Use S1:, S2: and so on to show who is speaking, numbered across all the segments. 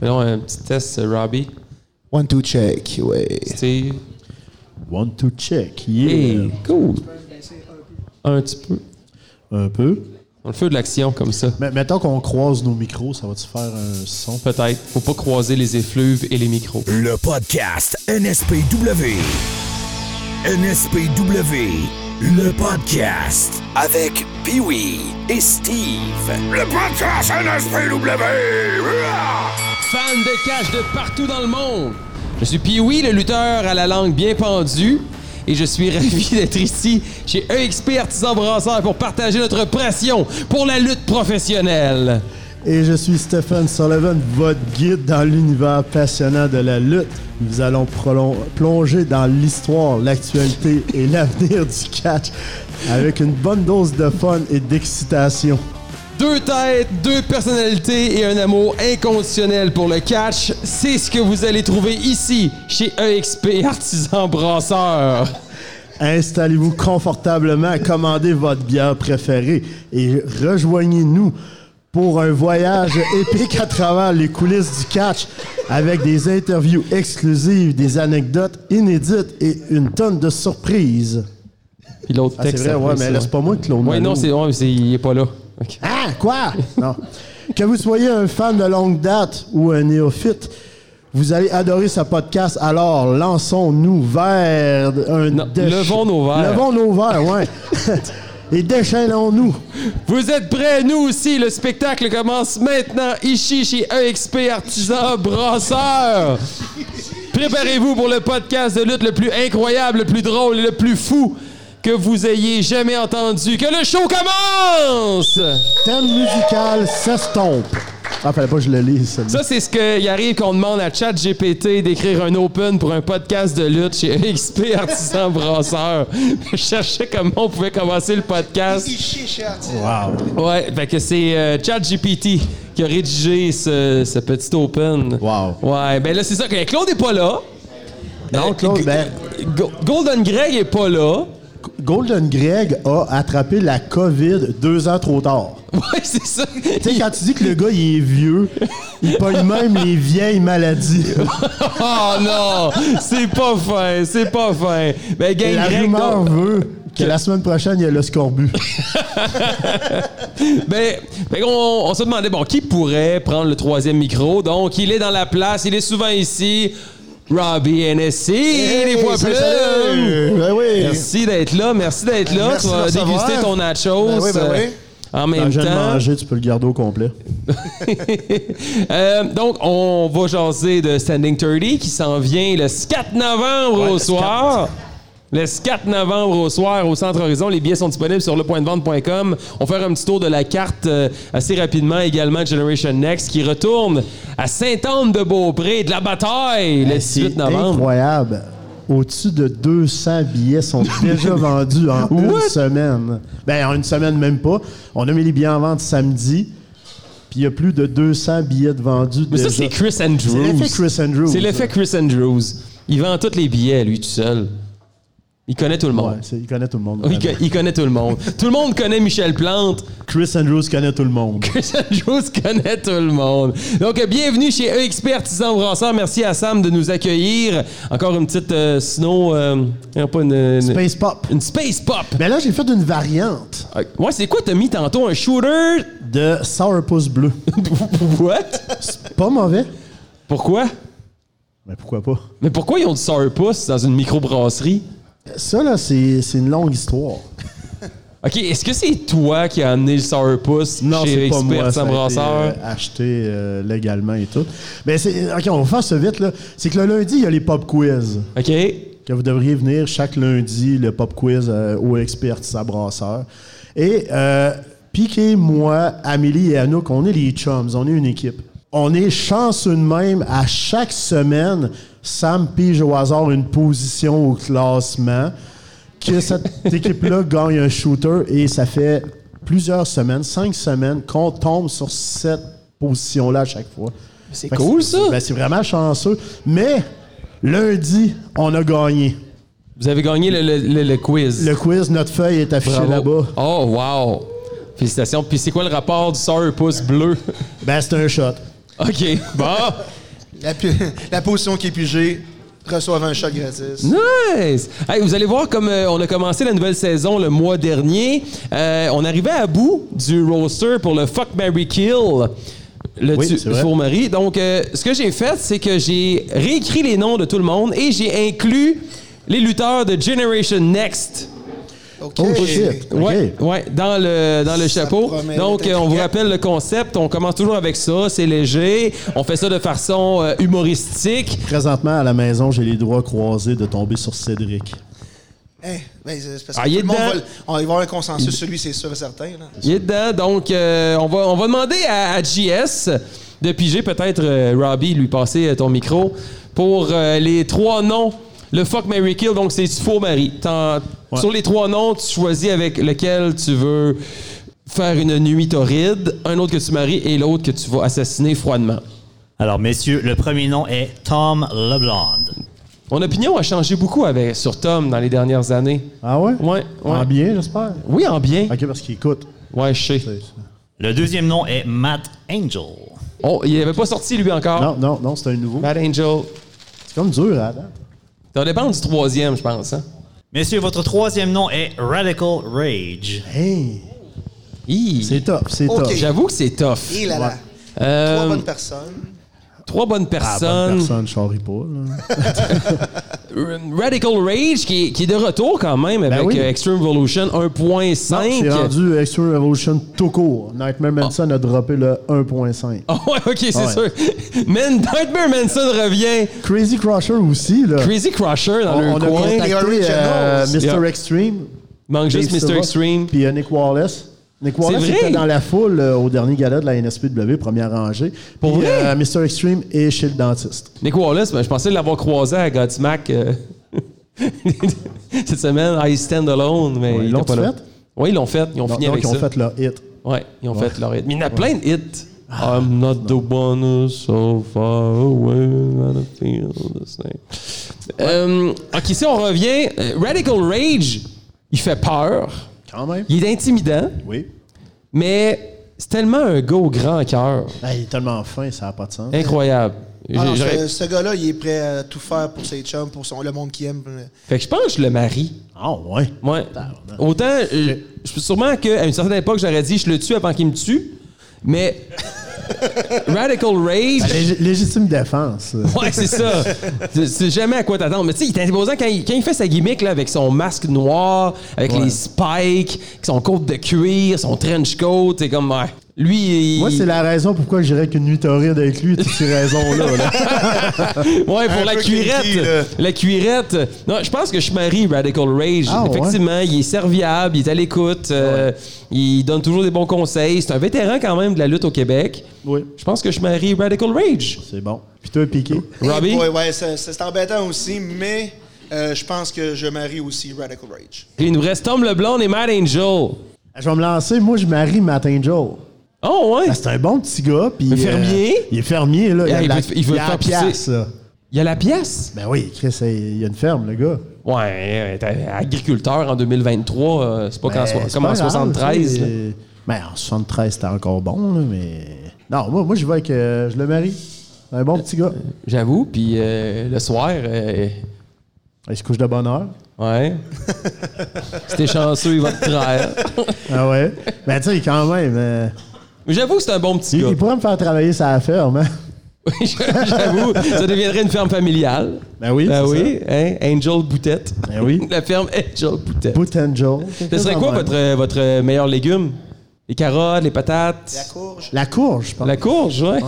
S1: Faisons un petit test, euh, Robbie,
S2: One, two, check, ouais.
S1: Steve.
S3: One to check. Yeah.
S1: cool. Un petit peu.
S3: Un peu.
S1: Dans le feu de l'action, comme ça.
S3: Mais mettons qu'on croise nos micros, ça va-tu faire un son?
S1: Peut-être. Faut pas croiser les effluves et les micros.
S4: Le podcast NSPW. NSPW, le podcast avec Pee-Wee et Steve. Le podcast NSPW.
S1: Fan de catch de partout dans le monde. Je suis Pee-Wee, le lutteur à la langue bien pendue. Et je suis ravi d'être ici chez E EXP Artisan Brasseur pour partager notre passion pour la lutte professionnelle.
S3: Et je suis Stephen Sullivan, votre guide dans l'univers passionnant de la lutte. Nous allons prolon- plonger dans l'histoire, l'actualité et l'avenir du catch avec une bonne dose de fun et d'excitation.
S1: Deux têtes, deux personnalités et un amour inconditionnel pour le catch, c'est ce que vous allez trouver ici chez E EXP Artisan Brasseur.
S3: Installez-vous confortablement, commandez votre bière préférée et rejoignez-nous pour un voyage épique à travers les coulisses du catch avec des interviews exclusives, des anecdotes inédites et une tonne de surprises.
S1: Puis l'autre
S3: Ah, c'est
S1: texte.
S3: vrai, ouais, mais là, c'est pas moi qui l'on
S1: Oui, non, c'est ouais, c'est- il est pas là. Ok.
S3: Ah, quoi? Non. que vous soyez un fan de longue date ou un néophyte, vous allez adorer ce podcast. Alors, lançons-nous vers un...
S1: Non,
S3: déch-
S1: levons nos verres.
S3: Levons nos verres, ouais. Et déchaînons-nous.
S1: Vous êtes prêts, nous aussi. Le spectacle commence maintenant ici chez E EXP Artisan Brasseur. Préparez-vous pour le podcast de lutte le plus incroyable, le plus drôle et le plus fou que vous ayez jamais entendu. Que le show commence!
S3: Thème musical s'estompe. Ah, fallait pas que je le lise, celui-là.
S1: Ça, c'est ce qu'il arrive qu'on demande à ChatGPT d'écrire un open pour un podcast de lutte chez EXP Artisan Brasseur. Je cherchais comment on pouvait commencer le podcast. Ouais, fait que c'est euh, ChatGPT qui a rédigé ce, ce petit open.
S3: Wow.
S1: Ouais, ben là, c'est ça. que Claude est pas là. Euh,
S3: Non, Claude, ben-
S1: Go- Golden Greg est pas là.
S3: Golden Greg a attrapé la COVID deux ans trop tard.
S1: Ouais, c'est ça.
S3: Tu sais, quand tu dis que le gars, il est vieux, il pogne même les vieilles maladies.
S1: Oh non! C'est pas fin, c'est pas fin. Ben, gang
S3: Et la
S1: Greg,
S3: rumeur
S1: donc-
S3: veut que la semaine prochaine, il y a le scorbut.
S1: Ben, ben, on, on se demandait, bon, qui pourrait prendre le troisième micro? Donc, il est dans la place, il est souvent ici. Robbie NSC, des fois
S2: salut,
S1: plus.
S2: salut. Ben oui.
S1: Merci d'être là, merci d'être là.
S2: Merci
S1: tu vas
S2: de recevoir.
S1: déguster ton nachos.
S2: Ben oui, ben oui.
S1: euh, En
S3: Quand
S1: même
S3: je viens de
S1: temps.
S3: manger, tu peux le garder au complet.
S1: Euh, donc, on va jaser de Standing 30 qui s'en vient le 4 novembre au soir. Le 4 novembre au soir au Centre Horizon. Les billets sont disponibles sur lepointdevente.com. On va faire un petit tour de la carte euh, assez rapidement également. Generation Next qui retourne à Sainte-Anne-de-Beaupré de la bataille le 18 novembre.
S3: Ben, incroyable. Au-dessus de 200 billets sont déjà vendus en une
S1: What?
S3: semaine. Ben, en une semaine, même pas. On a mis les billets en vente samedi, puis il y a plus de 200 billets de vendus
S1: Mais ça,
S3: déjà.
S1: c'est Chris Andrews.
S3: C'est l'effet Chris Andrews.
S1: C'est l'effet Chris Andrews. Il vend tous les billets, lui, tout seul. Il connaît tout le monde.
S3: Ouais, c'est- il connaît tout le monde.
S1: Oh, Il, co- il connaît tout le monde. tout le monde connaît Michel Plante.
S3: Chris Andrews connaît tout le monde.
S1: Chris Andrews connaît tout le monde. Donc, euh, bienvenue chez EXP Artisan Brasseur. Merci à Sam de nous accueillir. Encore une petite euh, snow... euh, non, pas une, une-
S3: Space Pop.
S1: une space pop.
S3: Ben là, j'ai fait une variante
S1: Euh, Ouais, c'est quoi t'as mis tantôt? Un shooter?
S3: de Sourpuss Bleu.
S1: What?
S3: C'est pas mauvais.
S1: Pourquoi?
S3: Mais pourquoi pas?
S1: Mais Ben, pourquoi ils ont du sourpuss dans une microbrasserie?
S3: Ça, là, c'est c'est une longue histoire.
S1: OK, est-ce que c'est toi qui as amené le sourpuss
S3: Non,
S1: chez E
S3: c'est pas
S1: EXP
S3: moi.
S1: Artisan
S3: Ça a été,
S1: Brasseur?
S3: euh, acheté euh, légalement et tout. Mais c'est, ok, on va faire ça vite là. C'est que le lundi, il y a les pop quiz
S1: OK.
S3: que vous devriez venir chaque lundi le pop quiz euh, au expert sa brasseur. Et euh, Piqué, moi, Amélie et Anouk, on est les chums, on est une équipe. On est chanceux de même. À chaque semaine, Sam pige au hasard une position au classement que cette équipe-là gagne un shooter et ça fait plusieurs semaines, cinq semaines, qu'on tombe sur cette position-là à chaque fois.
S1: C'est
S3: Fait que
S1: cool, ça.
S3: ben, c'est vraiment chanceux. Mais lundi, on a gagné.
S1: Vous avez gagné le, le- le- le quiz.
S3: Le quiz, notre feuille est affichée
S1: Bravo.
S3: là-bas.
S1: Oh, wow! Félicitations. Puis c'est quoi le rapport du sourpuss bleu?
S3: Ben, c'est un shot.
S1: OK, bon.
S2: La, pu- la position qui est pigée reçoivent un shot gratis.
S1: Nice! Hey, vous allez voir, comme euh, on a commencé la nouvelle saison le mois dernier, euh, on arrivait à bout du roster pour le Fuck Mary Kill. Le
S3: Oui,
S1: tu-
S3: c'est vrai.
S1: pour Marie. Donc, euh, ce que j'ai fait, c'est que j'ai réécrit les noms de tout le monde et j'ai inclus les lutteurs de Generation Next.
S2: OK.
S3: Oh, shit. OK.
S1: Ouais, ouais, dans le dans le
S2: Ça
S1: chapeau.
S2: promet
S1: Donc
S2: d'être
S1: euh, on vous
S2: intriguant.
S1: rappelle le concept, on commence toujours avec ça, c'est léger, on fait ça de façon euh, humoristique.
S3: Présentement, à la maison, j'ai les droits croisés de tomber sur Cédric.
S2: Eh, ben, c'est parce que
S1: Ah, il
S2: tout
S1: est
S2: le monde
S1: dedans.
S2: va, le- on va y avoir un consensus sur lui, c'est sûr et certain. Là.
S1: Il est dedans. Donc, euh, on, va, on va demander à, à JS de piger, peut-être, euh, Robbie, lui passer euh, ton micro pour euh, les trois noms. Le fuck Mary Kill, donc c'est du faux mari. T'en-
S3: Ouais.
S1: Sur les trois noms, tu choisis avec lequel tu veux faire une nuit torride, un autre que tu maries et l'autre que tu vas assassiner froidement.
S5: Alors, messieurs, le premier nom est Tom LeBlond.
S1: Mon opinion a changé beaucoup avec, sur Tom dans les dernières années.
S3: Ah ouais?
S1: Ouais, ouais.
S3: En bien, j'espère.
S1: Oui, en bien.
S3: OK, parce qu'il écoute.
S1: Ouais, je sais.
S3: C'est-
S1: Ah.
S5: Le deuxième nom est Matt Angel.
S1: Oh, il n'avait pas sorti, lui, encore.
S3: Non, non, non, c'est un nouveau.
S1: Bad Angel.
S3: C'est comme dur hein, à la date.
S1: Ça dépend du troisième, je pense. Hein?
S5: Messieurs, votre troisième nom est Radical Rage.
S3: Hey,
S1: Hi.
S3: c'est top, c'est
S2: OK.
S3: top.
S1: J'avoue que c'est tough.
S2: Et là là.
S1: Euh,
S2: Trois bonnes personnes.
S1: trois bonnes
S3: Ah, bonne
S1: personnes.
S3: personne, charrie pas. là.
S1: R- Radical Rage qui, est- qui est de retour quand même avec
S3: Ben oui.
S1: euh, Extreme Evolution
S3: C'est
S1: 1.5.
S3: rendu Extreme Revolution tout court. Nightmare Manson a droppé le 1.5.
S1: Ah ouais, ok, c'est
S3: Ah ouais.
S1: sûr. Man, Nightmare Manson revient.
S3: Crazy Crusher aussi, là.
S1: Crazy Crusher dans
S3: on,
S1: le
S3: on a
S1: coin.
S3: contacté
S2: The
S3: euh, Mr.
S2: Originals.
S1: Yeah.
S3: Extreme.
S1: Manque juste
S3: Dave
S1: Mr.
S3: Silva,
S1: Extreme.
S3: Puis euh, Nick Wallace. Nick Wallace
S1: vrai?
S3: était dans la foule euh, au dernier gala de la NSPW, première rangée.
S1: Pour
S3: Puis,
S1: vrai?
S3: euh, Mr. Extreme est chez le dentiste.
S1: Nick Wallace, ben, je pensais l'avoir croisé à Godsmack euh, cette semaine. I Stand Alone, mais
S3: Ouais,
S1: il
S3: ils l'ont
S1: était pas là.
S3: fait?
S1: Oui, ils l'ont fait. Ils ont
S3: Donc,
S1: fini
S3: donc,
S1: avec
S3: ils ont
S1: ça.
S3: fait leur hit.
S1: Ouais, ils ont fait leur hit. Mais il y en a plein de hits. I'm not the one who's so far away, I don't feel the same. Euh, ok, si on revient, euh, Radical Rage, il fait peur,
S3: Quand même.
S1: il est intimidant,
S3: Oui.
S1: mais c'est tellement un gars au grand cœur.
S3: Ah, il est tellement fin, ça n'a pas de sens.
S1: Incroyable.
S2: Ah non,
S1: J'ai- j'aurais-
S2: ce ce gars-là, il est prêt à tout faire pour ses chums, pour son, le monde qui aime.
S1: Fait que je pense que je le marie.
S3: Ah, ouais.
S1: Ouais. Autant, euh, je suis sûrement qu'à une certaine époque, j'aurais dit je le tue avant qu'il me tue, mais Radical Rage.
S3: Lég- légitime défense.
S1: Ouais, c'est ça. Tu sais jamais à quoi t'attendre. Mais tu sais, il est imposant quand il, quand il fait sa gimmick là, avec son masque noir, avec les spikes, avec son côte de cuir, son trench coat, c'est comme. ouais. Lui, il...
S3: Moi, c'est la raison pourquoi j'irais qu'une nuit torride avec lui, toutes ces raisons-là. là.
S1: Ouais, pour
S2: Un
S1: la
S2: peu
S1: cuirette.
S2: kinky, là.
S1: la cuirette. Non, je pense que je marie Radical Rage.
S3: Ah, ouais?
S1: Effectivement, il est serviable, il est à l'écoute, euh, il donne toujours des bons conseils. C'est un vétéran quand même de la lutte au Québec.
S3: Oui.
S1: Je pense que je marie Radical Rage.
S3: C'est bon. Puis toi, Piqué.
S1: Robbie?
S2: Oui, ouais, ça- ça, c'est embêtant aussi, mais euh, je pense que je marie aussi Radical Rage.
S1: Il nous reste Tom Leblanc et Mad Angel.
S3: Je vais me lancer. Moi, je marie Matt Angel.
S1: Oh, ouais.
S3: Ah, c'est un bon petit gars. Puis,
S1: Un fermier.
S3: euh, il est fermier, là. Il,
S1: Ah,
S3: a de
S1: il
S3: la-
S1: veut- il veut
S3: il a
S1: faire
S3: la
S1: pousser.
S3: pièce, là.
S1: Il y a la pièce.
S3: Ben oui, Chris, il il a une ferme, le gars.
S1: Ouais, t'es agriculteur en 2023, euh, c'est pas qu'en soi-
S3: Ben, c'est
S1: comme
S3: pas
S1: en
S3: grave,
S1: 73.
S3: tu
S1: là.
S3: sais. Ben, en 73, c'était encore bon, là, mais. Non, moi, moi je vais avec. euh, je le marie. C'est un bon petit gars.
S1: J'avoue, puis euh, le soir, euh,
S3: Il se couche de bonne heure.
S1: ouais. si t'es chanceux, il va te trahir.
S3: Ah ouais. Ben, tu sais, quand même. euh,
S1: Mais j'avoue que c'est un bon petit
S3: il,
S1: gars.
S3: il pourrait me faire travailler sa ferme, hein.
S1: j'avoue, ça deviendrait une ferme familiale.
S3: Ben oui,
S1: Ben
S3: c'est
S1: oui, hein, Angel Boutette.
S3: Ben oui.
S1: La ferme Angel Boutette.
S3: Boot Angel.
S1: Ce serait quoi votre, euh, votre meilleur légume? Les carottes, les patates?
S2: La courge.
S3: La courge, je pense.
S1: La courge, ouais.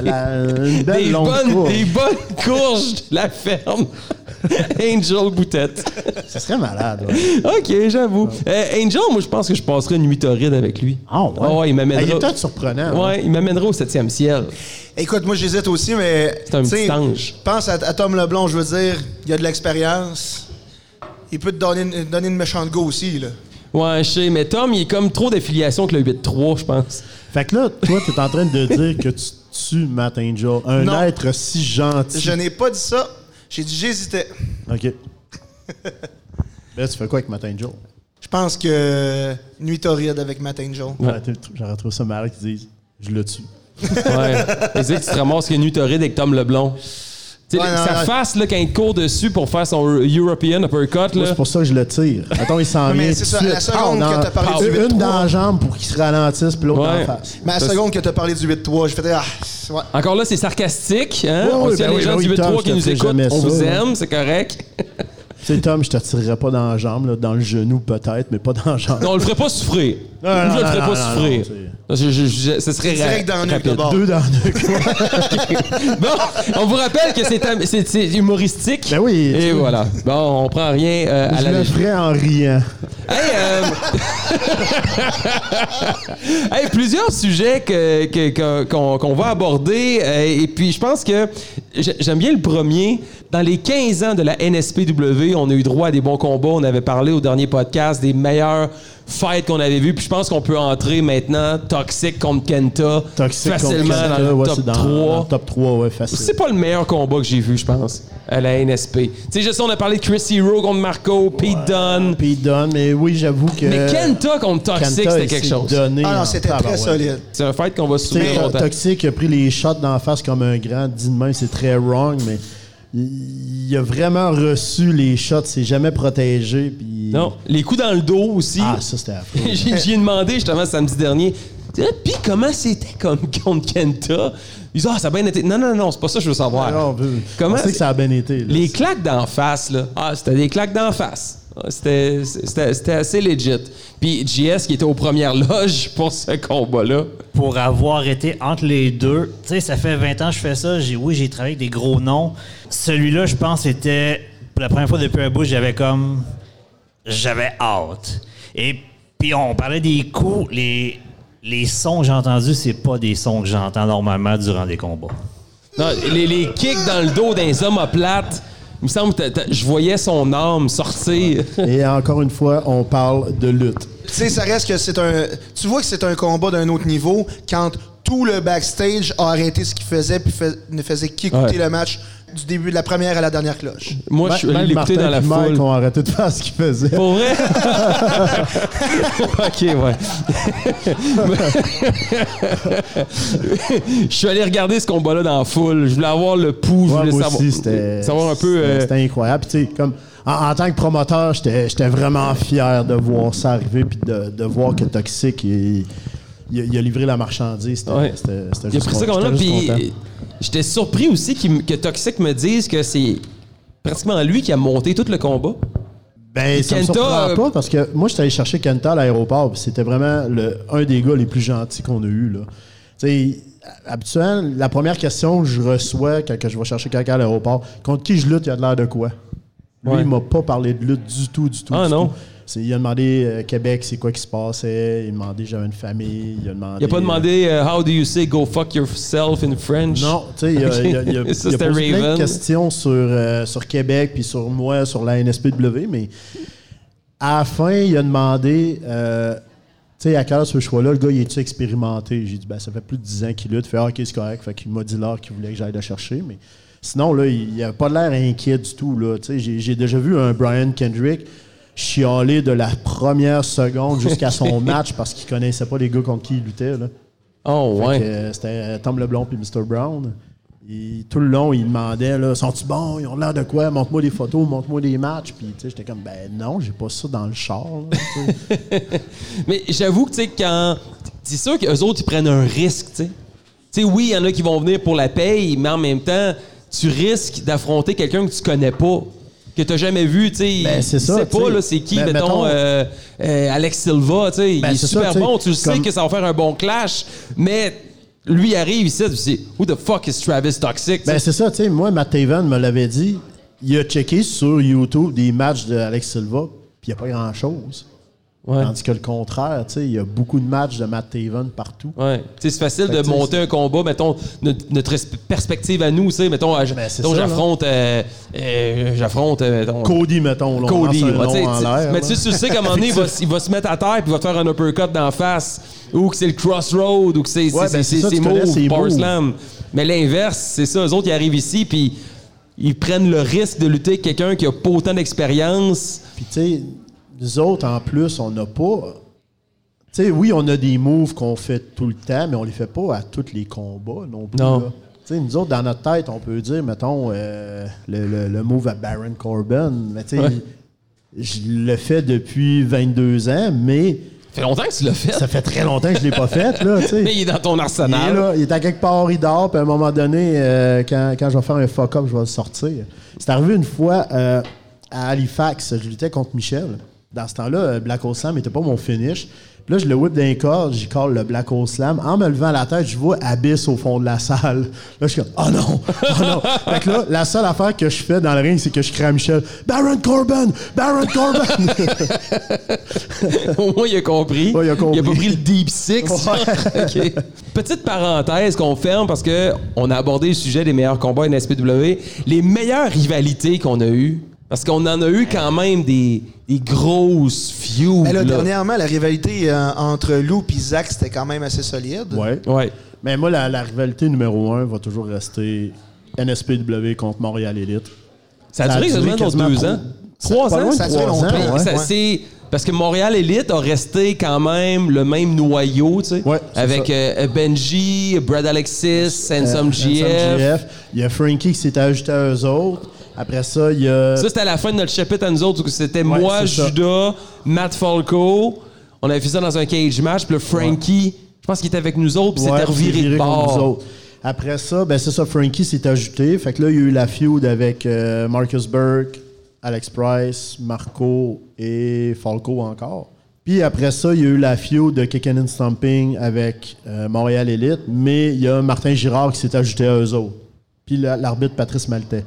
S3: la- une belle
S1: Des
S3: longue
S1: bonnes,
S3: courge.
S1: des bonnes courges de la ferme. Angel Boutette.
S3: Ça serait malade, ouais.
S1: OK, j'avoue. Euh, Angel, moi, je pense que je passerai une nuit torride avec lui.
S3: Ah ouais.
S1: Ah il m'amènera.
S3: Ah, il est peut-être surprenant, hein.
S1: Ouais, il m'amènera au 7e ciel.
S2: Écoute, moi j'hésite aussi, mais.
S1: C'est un
S2: tu sais,
S1: petit ange.
S2: Pense à, à Tom Leblanc, je veux dire, il a de l'expérience. Il peut te donner une, donner une méchante go aussi, là.
S1: Ouais, je sais, mais Tom, il est comme trop d'affiliation avec le 8-3, je pense.
S3: Fait que là, toi, t'es en train de dire que tu tues Matt Angel, un
S2: Non.
S3: être si gentil.
S2: Je n'ai pas dit ça. J'ai dit j'hésitais.
S3: OK. là, tu fais quoi avec Matt Angel?
S2: Je pense que Nuit Torride avec Matt Angel.
S3: J'aurais trouvé- J'aurais trouvé ça malade qu'ils disent « Je le tue
S1: Ouais. Vas-y, que tu te ramasses une utoride avec Tom Leblon. Tu sais,
S2: Ouais, non,
S1: sa
S2: non.
S1: face, là, quand il te court dessus pour faire son European uppercut,
S3: Moi,
S1: là.
S3: C'est pour ça que je le tire. Attends, il s'en
S2: Ouais,
S3: vient.
S2: mais c'est
S3: tout de
S2: ça,
S3: suite.
S2: la seconde
S3: Ah, on
S2: que
S3: en-
S2: t'as parlé
S3: ah,
S2: du 8-3.
S3: Une dans la jambe pour qu'il se ralentisse, puis l'autre
S1: Ouais.
S3: en face.
S2: Mais à la
S1: Parce-
S2: seconde que t'as parlé du 8-3, je faisais Ah, c'est- ouais.
S1: Encore là, c'est sarcastique. Hein?
S3: Ouais,
S1: on
S3: ouais,
S1: sait,
S3: ben
S1: les
S3: oui,
S1: gens
S3: ben
S1: du
S3: oui,
S1: 8-3
S3: Tom,
S1: qui
S3: je te
S1: nous
S3: fais
S1: écoutent,
S3: jamais
S1: on
S3: ça,
S1: vous
S3: là.
S1: aime, c'est correct.
S3: Tu sais, Tom, je te tirerai pas dans la jambe, là, dans le genou peut-être, mais pas dans la jambe.
S1: Non, on le ferait pas souffrir.
S3: Non, non,
S1: Ou je le
S3: non,
S1: ferais
S3: non,
S1: pas
S3: non,
S1: souffrir.
S3: non,
S1: Je- je- je- ce serait
S2: Direct
S1: ra-
S2: dans le nuque,
S1: rapide.
S2: d'abord.
S3: Deux dans deux.
S1: Bon, on vous rappelle que c'est am- c'est c'est humoristique.
S3: Ben oui.
S1: Et voilà. Bon, on prend rien euh, à
S3: Je
S1: la
S3: le
S1: légère.
S3: ferai en riant.
S1: Hey, euh, hey, plusieurs sujets que- que- que- qu'on qu'on va aborder. euh, et puis, je pense que j'ai- j'aime bien le premier. Dans les 15 ans de la NSPW, on a eu droit à des bons combats. On avait parlé au dernier podcast des meilleurs fights qu'on avait vus. Puis, je pense qu'on peut entrer maintenant Toxic contre Kenta
S3: Toxic contre
S1: facilement
S3: Kenta,
S1: dans le
S3: ouais,
S1: top
S3: c'est dans-
S1: 3.
S3: dans le top 3, ouais, facile.
S1: C'est pas le meilleur combat que j'ai vu, je pense, à la NSP. Tu sais, je sais, on a parlé de Chris Hero contre Marco, Pete Dunne.
S3: Puis il donne, mais oui, j'avoue que.
S1: Mais Kenta contre Toxic,
S3: Kenta,
S1: c'était
S3: il
S1: quelque
S3: s'est
S1: chose.
S3: donné
S2: Ah non,
S3: en
S2: c'était
S1: ben
S2: très
S3: tabarouette.
S2: solide.
S1: C'est un fight qu'on va se
S3: Tu sais,
S1: souvenir longtemps.
S3: Toxic a pris les shots d'en face comme un grand. Dit de même, c'est très wrong, mais il il a vraiment reçu les shots. C'est jamais protégé. Puis...
S1: Non, les coups dans le dos aussi.
S3: Ah, ça, c'était affreux.
S1: J'ai j'y ai demandé justement samedi dernier. Ah, Puis comment c'était comme contre Kenta? Ils disent, ah, ça a bien été. Non, non, non, c'est pas ça que je veux savoir.
S3: Alors, on veut-
S1: Comment
S3: on sait que ça a bien été. là.
S1: Les claques d'en face, là. Ah, c'était des claques d'en face. Ah, C'était c'était- c'était assez legit. Puis JS qui était aux premières loges pour ce combat-là.
S5: pour avoir été entre les deux. Tu sais, ça fait 20 ans que je fais ça. J'ai, oui, j'ai travaillé avec des gros noms. Celui-là, je pense, c'était pour la première fois depuis un bout, j'avais comme. J'avais hâte. Et puis, on parlait des coups. Les, les sons que j'ai entendus, c'est pas des sons que j'entends normalement durant des combats.
S1: Non, les, les kicks dans le dos des omoplates. Il me semble que t'as- t'as- je voyais son âme sortir.
S3: Et encore une fois, on parle de lutte.
S2: Tu sais, ça reste que c'est un. Tu vois que c'est un combat d'un autre niveau quand tout le backstage a arrêté ce qu'il faisait puis fais- ne faisait qu'écouter
S1: Ouais.
S2: le match du début de la première à la dernière cloche.
S1: Moi, je suis allé
S3: Même
S1: l'écouter
S3: Martin
S1: dans la
S3: puis Mike
S1: foule.
S3: ont arrêté de faire ce qu'ils faisaient.
S1: Pour vrai? ok, ouais. je suis allé regarder ce combat-là dans la foule. Je voulais avoir le pouls. Je
S3: Ouais,
S1: voulais
S3: moi
S1: savoir,
S3: aussi, c'était.
S1: savoir un peu.
S3: c'était-
S1: euh,
S3: C'était incroyable. Puis, tu sais, comme, en, en tant que promoteur, j'étais j'étais vraiment fier de voir ça arriver puis de, de voir que Toxic, il, il a- il a livré la marchandise. C'était
S1: Ouais.
S3: c'était- c'était
S1: Il a
S3: juste
S1: pris ça
S3: con-
S1: comme là,
S3: j'étais juste content.
S1: puis j'étais surpris aussi qu'il m- que Toxic me dise que c'est pratiquement lui qui a monté tout le combat.
S3: Ben, ça me
S1: Kenta,
S3: surprend
S1: euh,
S3: pas parce que moi, j'étais allé chercher Kenta à l'aéroport. puis C'était vraiment le, un des gars les plus gentils qu'on a eu. Là. Tu sais, habituellement, la première question que je reçois quand que je vais chercher quelqu'un à l'aéroport, contre qui je lutte, il a de l'air de quoi? Lui,
S1: Ouais.
S3: il m'a pas parlé de lutte du tout, du tout.
S1: Ah,
S3: du
S1: non?
S3: tout. C'est- Il a demandé euh, Québec, c'est quoi qui se passait. Il a demandé j'avais une famille. Il a demandé.
S1: Il a pas demandé euh, How do you say go fuck yourself in French?
S3: Non, tu sais, il a, il a- il a- il a
S1: Ça, c'était
S3: posé plein
S1: Raven.
S3: de questions sur, euh, sur Québec, puis sur moi, sur la NSPW, mais à la fin, il a demandé, euh, tu sais, à quel heure ce choix-là, le gars, il est-tu expérimenté? J'ai dit, ben, ça fait plus de 10 ans qu'il lutte. Il fait, ah, ok, c'est correct. Fait qu'il m'a dit l'heure qu'il voulait que j'aille le chercher, mais sinon, là, il il avait pas l'air inquiet du tout, là. Tu sais, j'ai- j'ai déjà vu un Brian Kendrick chialer de la première seconde jusqu'à son match parce qu'il connaissait pas les gars contre qui il luttait, là.
S1: Oh,
S3: Fait
S1: ouais.
S3: que, euh, c'était Tom Leblond puis Mr. Brown. Il- tout le long, il demandait là, sont-tu bons Ils ont l'air de quoi Montre-moi des photos, montre-moi des matchs. Puis tu sais, j'étais comme ben non, j'ai pas ça dans le char. là, tu sais.
S1: Mais j'avoue que, tu sais, quand. C'est sûr qu'eux autres, ils prennent un risque, tu sais. Tu sais, oui, il y en a qui vont venir pour la paye, mais en même temps, tu risques d'affronter quelqu'un que tu connais pas, que tu jamais vu, tu sais.
S3: Ben, c'est
S1: Il
S3: ça,
S1: sait
S3: tu
S1: pas,
S3: sais.
S1: là, c'est qui,
S3: Ben,
S1: mettons,
S3: mettons-
S1: euh, euh, Alex Silva, tu sais.
S3: Ben,
S1: il est
S3: c'est ça,
S1: super
S3: tu sais,
S1: bon, tu le sais
S3: comme-
S1: que ça va faire un bon clash, mais lui arrive ici, tu sais, who the fuck is Travis Toxic, tu
S3: ben
S1: sais.
S3: c'est ça, tu sais. Moi, Matt Taven me l'avait dit. Il a checké sur YouTube des matchs de Alex Silva, puis il n'y a pas grand chose.
S1: Ouais.
S3: Tandis que le contraire, tu sais, il y a beaucoup de matchs de Matt Taven partout.
S1: Ouais. Tu sais, C'est facile de
S3: que, tu sais,
S1: monter un combat, mettons, notre, notre es- perspective à nous, tu sais, mettons, euh, j-
S3: Ben, c'est
S1: mettons,
S3: ça, là.
S1: j'affronte, euh, euh, j'affronte, euh, mettons,
S3: Cody, mettons, là, on
S1: Cody.
S3: lance un
S1: ouais,
S3: nom
S1: tu sais,
S3: en
S1: tu-
S3: l'air,
S1: mais
S3: là.
S1: tu sais, tu sais qu'à un moment donné, il va, s- il va se mettre à terre puis il va te faire un uppercut d'en face ou que c'est le crossroad ou que c'est
S3: Ouais,
S1: c'est- c'est-
S3: ben, c'est ça,
S1: c'est
S3: tu connais
S1: move,
S3: ses
S1: power
S3: moves.
S1: slam. Mais l'inverse, c'est ça. Eux autres, ils arrivent ici puis ils prennent le risque de lutter avec quelqu'un qui a pas autant d'expérience.
S3: Puis, tu sais, nous autres, en plus, on n'a pas. Tu sais, oui, on a des moves qu'on fait tout le temps, mais on les fait pas à tous les combats non plus.
S1: Non.
S3: là. Tu sais, nous autres, dans notre tête, on peut dire, mettons, euh, le, le- le move à Baron Corbin. Mais tu sais,
S1: Ouais.
S3: je le fais depuis 22 ans, mais
S1: Ça fait longtemps que tu l'as fait.
S3: ça fait très longtemps que je l'ai pas fait. Là, tu sais.
S1: Mais il est dans ton
S3: Il est
S1: arsenal.
S3: là, il est à quelque part, il dort, puis à un moment donné, euh, quand, quand je vais faire un fuck-up, je vais le sortir. C'est arrivé une fois euh, à Halifax, je luttais contre Michel. Dans ce temps-là, euh, Black Hole Slam n'était pas mon finish. Puis là, je le whip d'un corps, j'y colle le Black Hole Slam. En me levant la tête, je vois Abyss au fond de la salle. Là, je suis comme, oh non, oh non. fait que là, la seule affaire que je fais dans le ring, c'est que je crie à Michel, Baron Corbin, Baron Corbin.
S1: Au moins, il a compris.
S3: Ouais, il a compris.
S1: a pas pris le deep six.
S3: Ouais.
S1: OK. Petite parenthèse qu'on ferme parce que on a abordé le sujet des meilleurs combats NSPW. Les meilleures rivalités qu'on a eues. Parce qu'on en a eu quand même des, des grosses feuds.
S2: Mais là,
S1: là.
S2: dernièrement, la rivalité euh, entre Lou et Zach, c'était quand même assez solide.
S3: ouais.
S1: Ouais.
S3: Mais moi, la, la rivalité numéro un va toujours rester NSPW contre Montréal Elite.
S1: Ça a
S3: Ça a
S1: duré
S3: duré
S1: quasiment
S3: quasiment
S1: deux
S3: pour-
S1: ans.
S3: Ça-
S1: Trois
S3: pas
S1: ans.
S3: loin de
S1: ça-
S2: Ça se fait
S3: trois ans,
S2: longtemps.
S3: ouais.
S1: ça, c'est- Parce que Montréal Elite a resté quand même le même noyau, tu sais.
S3: Ouais, c'est
S1: avec
S3: ça. Euh,
S1: euh, Benji, Brad Alexis, Sansom GF.
S3: Il y a Frankie qui s'est ajouté à eux autres. Après ça, il y a.
S1: Ça, c'était à la fin de notre chapitre à nous autres où c'était
S3: Ouais,
S1: moi,
S3: c'est ça.
S1: Judas, Matt Falco. On avait fait ça dans un cage match. Puis le Frankie, je pense qu'il était avec nous autres. Puis
S3: Ouais,
S1: c'était reviré de
S3: viré contre nous
S1: bord.
S3: autres. Après ça, ben c'est ça, Frankie s'est ajouté. Fait que là, il y a eu la feud avec euh, Marcus Burke, Alex Price, Marco et Falco encore. Puis après ça, il y a eu la feud de Kickin' and Stomping avec euh, Montréal Elite, mais il y a Martin Girard qui s'est ajouté à eux autres. Puis la- l'arbitre Patrice Maltais.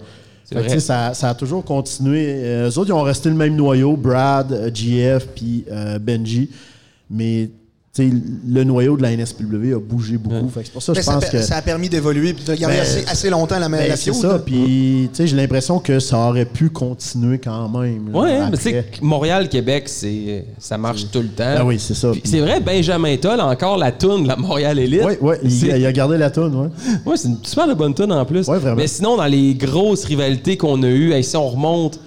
S3: Fait que,
S1: vrai.
S3: tu sais, ça, ça a toujours continué. Euh, eux autres, ils ont resté le même noyau, Brad, euh, GF, puis euh, Benji. Mais tu sais, le noyau de la NSPW a bougé beaucoup. Fait que c'est pour ça que
S2: Mais
S3: je
S2: ça,
S3: pense
S2: per-
S3: que.
S2: ça a permis d'évoluer puis de garder
S3: Ben,
S2: assez, assez longtemps la,
S3: Ben,
S2: la
S3: c'est
S2: feud,
S3: ça,
S2: là.
S3: puis tu sais, j'ai l'impression que ça aurait pu continuer quand même. là,
S1: Ouais, hein, mais
S3: après.
S1: tu sais, Montréal, Québec, c'est, ça marche tout le temps.
S3: Ah oui, c'est ça.
S1: Puis C'est vrai, Benjamin Toll, encore la toune de la Montréal Elite.
S3: Ouais, ouais, il,
S1: C'est-
S3: il a gardé la toune, ouais.
S1: Ouais, c'est une super de bonne tonne en plus.
S3: Ouais, vraiment.
S1: Mais sinon, dans les grosses rivalités qu'on a eues, hey, si on remonte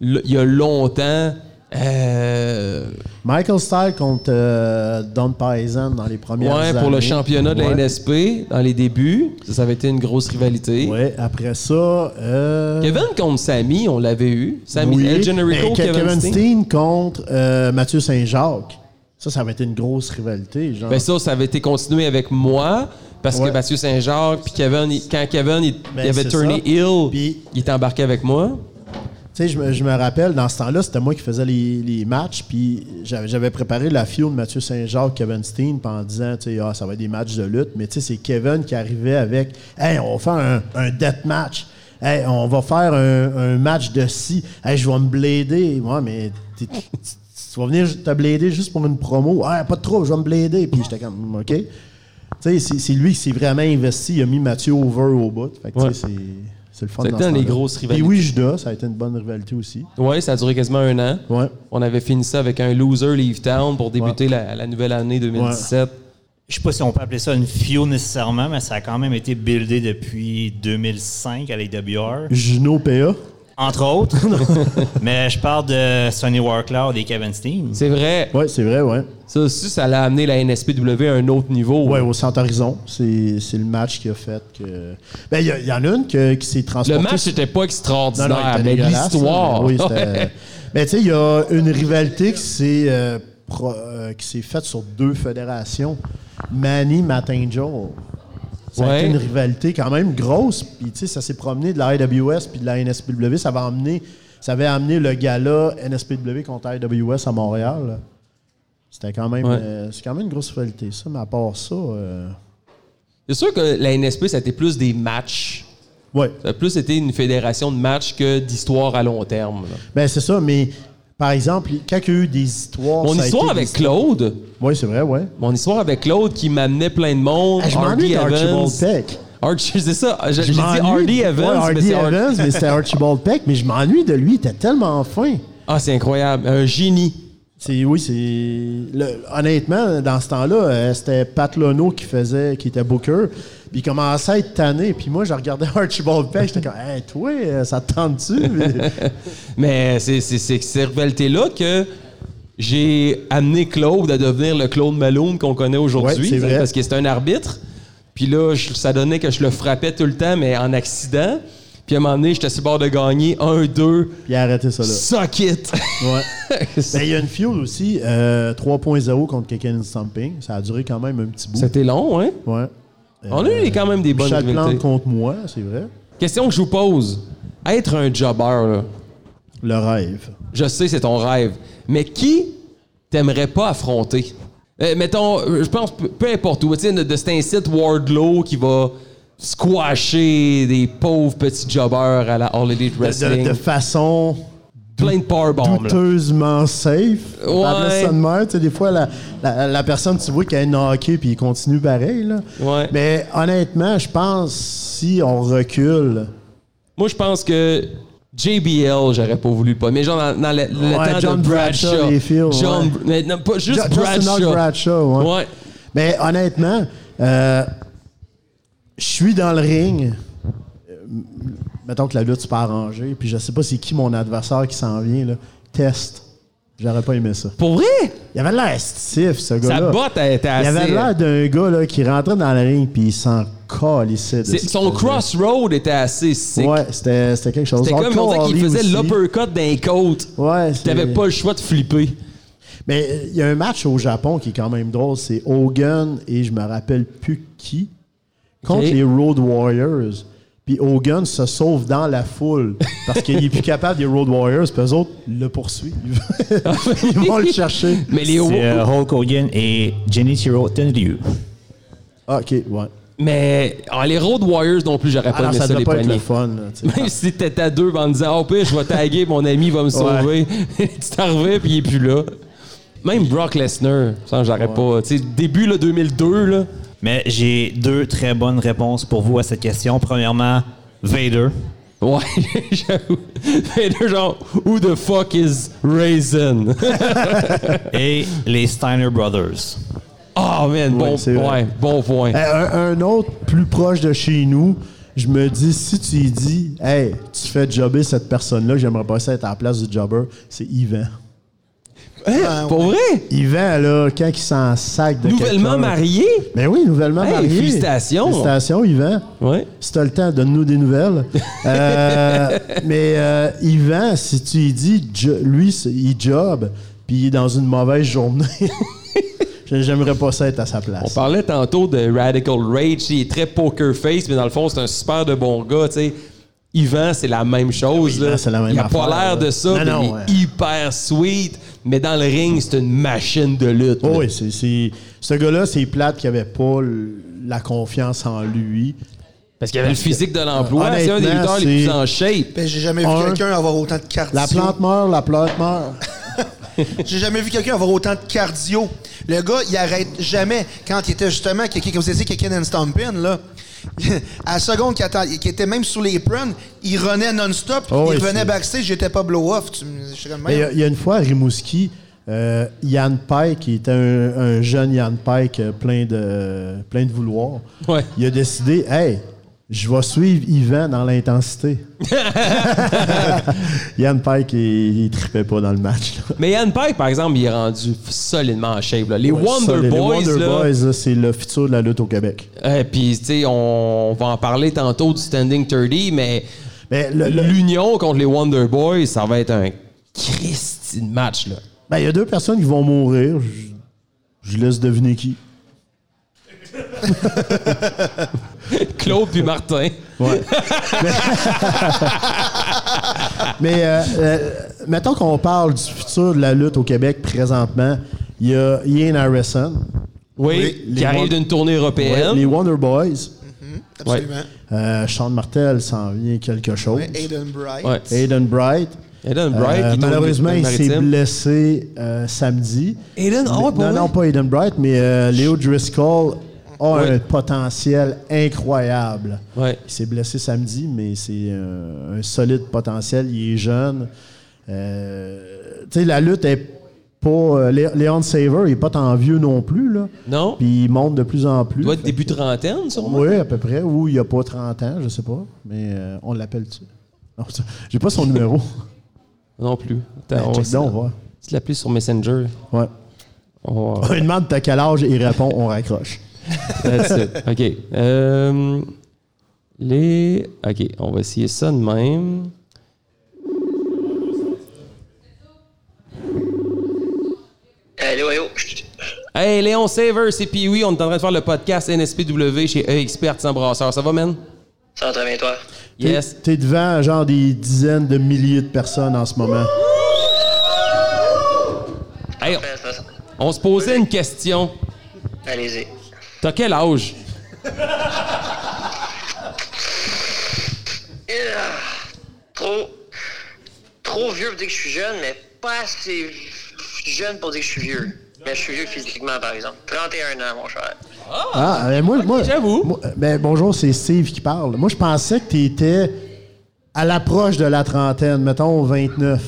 S1: le- il y a longtemps, euh,
S3: Michael Style contre euh, Don Paisan dans les premières
S1: ouais, pour le
S3: années.
S1: championnat de
S3: Ouais.
S1: la NSP, dans les débuts, ça, ça avait été une grosse rivalité.
S3: Ouais, après ça. euh,
S1: Kevin contre Sammy, on l'avait eu. Sammy,
S3: Oui.
S1: El Generico,
S3: Et
S1: Kevin, Steen.
S3: Steen contre euh, Mathieu Saint-Jacques. Ça, ça avait été une grosse rivalité. Genre.
S1: Ben ça, ça avait été continué avec moi. Parce
S3: Ouais.
S1: que Mathieu Saint-Jacques, puis Kevin, il- quand Kevin il,
S3: Ben,
S1: il avait
S3: c'est
S1: tourné
S3: ça.
S1: Hill,
S3: Puis-
S1: il était embarqué avec moi.
S3: Tu sais, je me, je me rappelle, dans ce temps-là, c'était moi qui faisais les, les matchs, puis j'avais, j'avais préparé la fio de Mathieu Saint-Jacques, Kevin Steen, puis en disant, tu sais, ah, ça va être des matchs de lutte, mais tu sais, c'est Kevin qui arrivait avec, hey, on va faire un, un death match, hey, on va faire un, un match de si, hey, je vais me blader, moi, mais t'es- tu tu vas venir te blader juste pour une promo, ah, pas de trop, je vais me blader, puis j'étais comme, ok. Tu sais, c'est, c'est lui qui s'est vraiment investi, il a mis Mathieu over au bout, fait que tu sais,
S1: Ouais.
S3: c'est. C'est le fun
S1: Ça a
S3: dans
S1: été
S3: ce
S1: dans les
S3: temps-là.
S1: grosses
S3: Puis
S1: rivalités.
S3: oui, Judas, ça a été une bonne rivalité aussi.
S1: Ouais, ça a duré quasiment un an.
S3: Ouais.
S1: On avait fini ça avec un loser leave town pour débuter la, la nouvelle année 2017.
S5: Je sais pas si on peut appeler ça une FIO nécessairement, mais ça a quand même été buildé depuis 2005 à l'AWR.
S3: Juno PA.
S5: Entre autres. mais je parle de Sonny Warcloud et Kevin Steen.
S1: C'est vrai.
S3: Ouais, c'est vrai, ouais.
S1: Ça aussi, ça l'a amené la NSPW à un autre niveau.
S3: Ouais, au Centre Horizon. C'est c'est le match qui a fait que. Ben, il y, a- il y en a une que- qui s'est
S1: Le
S3: transportée.
S1: match n'était pas extraordinaire,
S3: Non, non, il était
S1: mais
S3: dégueulasse,
S1: l'histoire.
S3: là, mais Oui,
S1: Ouais.
S3: c'était. euh, Mais tu sais, il y a une rivalité qui s'est euh, pro- euh, qui s'est faite sur deux fédérations. Manny Matinjol. Ça a
S1: Ouais.
S3: été une rivalité quand même grosse. Puis tu sais, ça s'est promené de la IWS puis de la NSPW. Ça avait amené, ça avait amené le gala NSPW contre IWS à Montréal. là. C'était quand même,
S1: Ouais.
S3: euh, c'est quand même une grosse rivalité ça. Mais à part ça, euh,
S1: C'est sûr que la NSP, ça a été plus des matchs.
S3: ouais.
S1: Ça a plus été une fédération de matchs que d'histoires à long terme. là.
S3: Ben c'est ça. Mais par exemple, quand il y a eu des histoires,
S1: Mon
S3: Oh, ça a
S1: histoire
S3: été des
S1: avec
S3: histoires-
S1: Claude,
S3: Oui, c'est vrai, ouais.
S1: mon histoire avec Claude qui m'amenait plein de monde.
S3: Ah, je
S1: Hardy
S3: m'ennuie
S1: Evans.
S3: d'Archibald Peck.
S1: Archie, c'est ça. J'ai j'ai dit
S3: m'ennuie-
S1: Hardy
S3: Ouais,
S1: Evans, mais
S3: Hardy
S1: c'est Ar-
S3: Evans, mais c'était Archibald Peck, mais je m'ennuie de lui, il était tellement fin.
S1: Ah, c'est incroyable. Un génie.
S3: C'est, oui, c'est. le- honnêtement, dans ce temps-là, euh, c'était Pat Lono qui faisait, qui était Booker. Puis il commençait à être tanné. Puis moi, je regardais Archibald Peck, j'étais comme, hey, toi, euh, ça te tente-tu?
S1: Mais c'est c'est- c'est que ces rivalités-là que J'ai amené Claude à devenir le Claude Malone qu'on connaît aujourd'hui,
S3: Ouais, c'est vrai.
S1: parce que c'était un arbitre. Puis là, je- ça donnait que je le frappais tout le temps, mais en accident. Puis à un moment donné, j'étais sur le bord de gagner 1-2.
S3: Il a arrêté ça là.
S1: Suck it!
S3: Ouais. Ben, il y a une fiole aussi, euh, 3.0 contre Kekken Stamping. Ça a duré quand même un petit bout.
S1: C'était long, hein?
S3: Ouais.
S1: On a eu quand même des bonnes
S3: Michel Plante
S1: rivalités.
S3: contre moi, c'est vrai.
S1: Question que je vous pose. Être un jobber, là,
S3: Le rêve.
S1: je sais, c'est ton rêve, mais qui t'aimerais pas affronter? Euh, mettons, euh, je pense, peu, peu importe où, tu sais, de, de cet incite Wardlow qui va squasher des pauvres petits jobbers à la All Elite
S3: De- De,
S1: Wrestling.
S3: de façon
S1: plein de powerbombs, là.
S3: douteusement safe.
S1: Ouais.
S3: On appelle ça de même. Tu sais, des fois, la, la- la personne, tu vois qu'elle est knockée puis il continue pareil. Là.
S1: Ouais.
S3: Mais honnêtement, je pense, si on recule,
S1: Moi, je pense que JBL, j'aurais pas voulu le pas. Mais genre, dans, dans le, le
S3: Ouais,
S1: temps
S3: John
S1: de Bradshaw.
S3: Bradshaw, les films,
S1: John,
S3: ouais.
S1: mais non, pas juste
S3: Ju- Justin
S1: Bradshaw.
S3: Hawk Bradshaw, ouais.
S1: ouais.
S3: Mais honnêtement, euh, je suis dans le ring. Euh, Mettons que la lutte c'est pas arrangée, puis je sais pas c'est qui mon adversaire qui s'en vient. Là. Test. J'aurais pas aimé ça.
S1: Pour vrai?
S3: Il avait l'air stiff,
S1: Sa
S3: ce gars-là.
S1: botte elle était
S3: Il
S1: assez... euh,
S3: avait l'air d'un gars là, qui rentrait dans le ring puis il s'en calissait. de
S1: C'est-
S3: ce qu'il
S1: Son
S3: faisait.
S1: crossroad était assez sick.
S3: Ouais, c'était c'était quelque chose.
S1: C'était comme
S3: Hardcore
S1: on disait qu'il
S3: Holly
S1: faisait
S3: aussi.
S1: l'uppercut d'un côte.
S3: Ouais, c'est-
S1: T'avais pas le choix de flipper.
S3: Mais euh, il y a un match au Japon qui est quand même drôle. C'est Hogan et je me rappelle plus qui contre
S1: Ok.
S3: les Road Warriors. Puis Hogan se sauve dans la foule parce qu'il est plus capable des Road Warriors. Puis eux autres le poursuivent. Ils vont le chercher.
S1: Mais les
S5: C'est euh, Hulk Hogan et Genichiro Tenryu.
S3: Ah, Ok, ouais.
S1: mais ah, les Road Warriors non plus, j'aurais pas
S3: Alors
S1: aimé
S3: Ah ça
S1: ça
S3: devait
S1: les
S3: pas être
S1: poignets.
S3: le fun. là, tu sais.
S1: Même si t'étais à deux en disant Oh pire, je vais taguer, mon ami va me sauver Tu t'en reviens puis il est plus là. Même Brock Lesnar, ça j'aurais pas. Tu sais, début là, 2002, là.
S5: Mais j'ai deux très bonnes réponses pour vous à cette question. Premièrement, Vader.
S1: Ouais, j'avoue. Fait deux genre Who the fuck is Raisin?
S5: et les Steiner Brothers.
S1: Oh man, bon,
S3: c'est vrai.
S1: ouais, bon point.
S3: Eh, Un, un autre plus proche de chez nous, je me dis, si tu y dis, hey, tu fais jobber cette personne-là, j'aimerais pas ça être à la place du jobber, c'est Yvan.
S1: Hein, pour vrai?
S3: Yvan, là, quand il s'en sac de
S1: Nouvellement
S3: quelqu'un, là.
S1: marié?
S3: Ben oui, nouvellement
S1: Hey,
S3: marié.
S1: félicitations.
S3: Félicitations, Yvan.
S1: Ouais.
S3: Si t'as le temps, donne-nous des nouvelles. Euh, mais euh, Yvan, si tu y dis, jo- lui, c'est- il job, puis il est dans une mauvaise journée, j'aimerais pas ça être à sa
S1: On
S3: place.
S1: parlait tantôt de Radical Rage, il est très poker face, mais dans le fond, c'est un super de bon gars, tu sais. Yvan, c'est la même chose.
S3: Oui, Yvan,
S1: là.
S3: c'est la même
S1: il a
S3: affaire,
S1: pas l'air de
S3: là.
S1: ça,
S3: Non,
S1: mais
S3: non,
S1: il est
S3: ouais.
S1: hyper sweet, mais dans le ring, c'est une machine de lutte.
S3: Oh
S1: là.
S3: oui, c'est, c'est- ce gars-là, c'est plate qu'il avait pas l- la confiance en lui.
S1: Parce qu'il avait le physique de l'emploi, c'est un des
S3: Honnêtement,
S1: lutteurs les plus
S3: c'est-
S1: en shape.
S2: Ben, j'ai jamais vu
S3: Un.
S2: quelqu'un avoir autant de cardio.
S3: La plante meurt, la plante meurt.
S2: J'ai jamais vu quelqu'un avoir autant de cardio. Le gars, il arrête jamais. Quand il était justement, quelqu'un comme vous avez dit, quelqu'un and Stompin, là. À la seconde qu'il attend- qu'il était même sur les prunes, il renait non-stop.
S3: Oh oui,
S2: il revenait
S3: c'est-
S2: backstage, j'étais pas blow-off. Tu me- je suis comme,
S3: Mais euh, Il y a- il y, a une fois à Rimouski, euh, Yann Pike, qui était un, un jeune Yann Pike euh, plein de, plein de vouloir,
S1: Ouais.
S3: il a décidé Hey, je vais suivre Yvan dans l'intensité. Yann Pike, il, ne tripait pas dans le match. là.
S1: Mais Yann Pike, par exemple, il est rendu solidement en shape. là. Les
S3: Ouais,
S1: Wonder
S3: solide. Les
S1: Boys,
S3: Wonder
S1: là,
S3: Boys, là, c'est le futur de la lutte au Québec.
S1: euh, puis tu sais, on va en parler tantôt du Standing 30, mais
S3: Mais le- le-
S1: l'union contre les Wonder Boys, ça va être un Christy de match, là.
S3: Ben, il y a deux personnes qui vont mourir. Je, je laisse deviner qui.
S1: Claude puis Martin.
S3: Mais euh, euh, mettons qu'on parle du futur de la lutte au Québec présentement. Il y a Ian Harrison,
S1: Oui,
S3: Oui,
S1: qui
S3: les
S1: arrive
S3: Wonder-
S1: d'une tournée européenne.
S3: les Wonder Boys,
S2: absolument.
S3: euh, Sean Martel s'en vient quelque chose,
S2: Ouais, Aiden Bright.
S1: Ouais.
S3: Aiden Bright.
S1: Aiden
S3: euh,
S1: Bright, qui
S3: malheureusement,
S1: tourne
S3: il
S1: dans le
S3: s'est
S1: maritime.
S3: blessé euh, samedi.
S1: Aiden, ah ouais, pour
S3: non,
S1: vrai?
S3: non, pas Aiden Bright, mais euh, Léo Driscoll a
S1: Ouais.
S3: un potentiel incroyable.
S1: Ouais.
S3: Il s'est blessé samedi, mais c'est euh, un solide potentiel. Il est jeune. Euh, tu sais, la lutte est pas. euh, Lé- Léon Saver, il est pas tant vieux non plus, là.
S1: Non.
S3: Puis il monte de plus en plus.
S1: Il doit être
S3: Fait
S1: début
S3: que-
S1: trentaine, sûrement.
S3: Oui, à peu près. Ou il a pas 30 ans, je sais pas. Mais euh, on l'appelle-tu? Non, ça- J'ai pas son numéro.
S1: Non plus.
S3: Ben,
S1: Attends, on
S3: check
S1: va-
S3: donc, on va voir.
S1: Tu l'appelles sur Messenger.
S3: Ouais.
S1: On va-
S3: On lui demande t'as quel âge, il répond, on raccroche.
S1: That's it. OK. Euh, les. OK, on va essayer ça de même.
S6: Allô, allô. Chut.
S1: Hey, Léon Saver, c'est Pee-Wee. On est en train de faire le podcast NSPW chez E-Expert sans brasseur. Ça va, man?
S6: Ça va très bien, toi?
S3: T'es-
S1: Yes.
S3: T'es devant genre des dizaines de milliers de personnes en ce moment.
S1: Hey,
S6: Ben, ça, ça-
S1: on se posait une question.
S6: Allez-y.
S1: T'as quel âge?
S6: Et, ah, Trop. Trop vieux pour dire que je suis jeune, mais pas assez jeune pour dire que je suis vieux. Mais je suis vieux physiquement, par exemple. 31 ans, mon cher.
S3: Ah, ben moi, moi-
S1: j'avoue.
S3: moi- ben bonjour, c'est Steve qui parle. Moi, je pensais que t'étais à l'approche de la trentaine, mettons 29.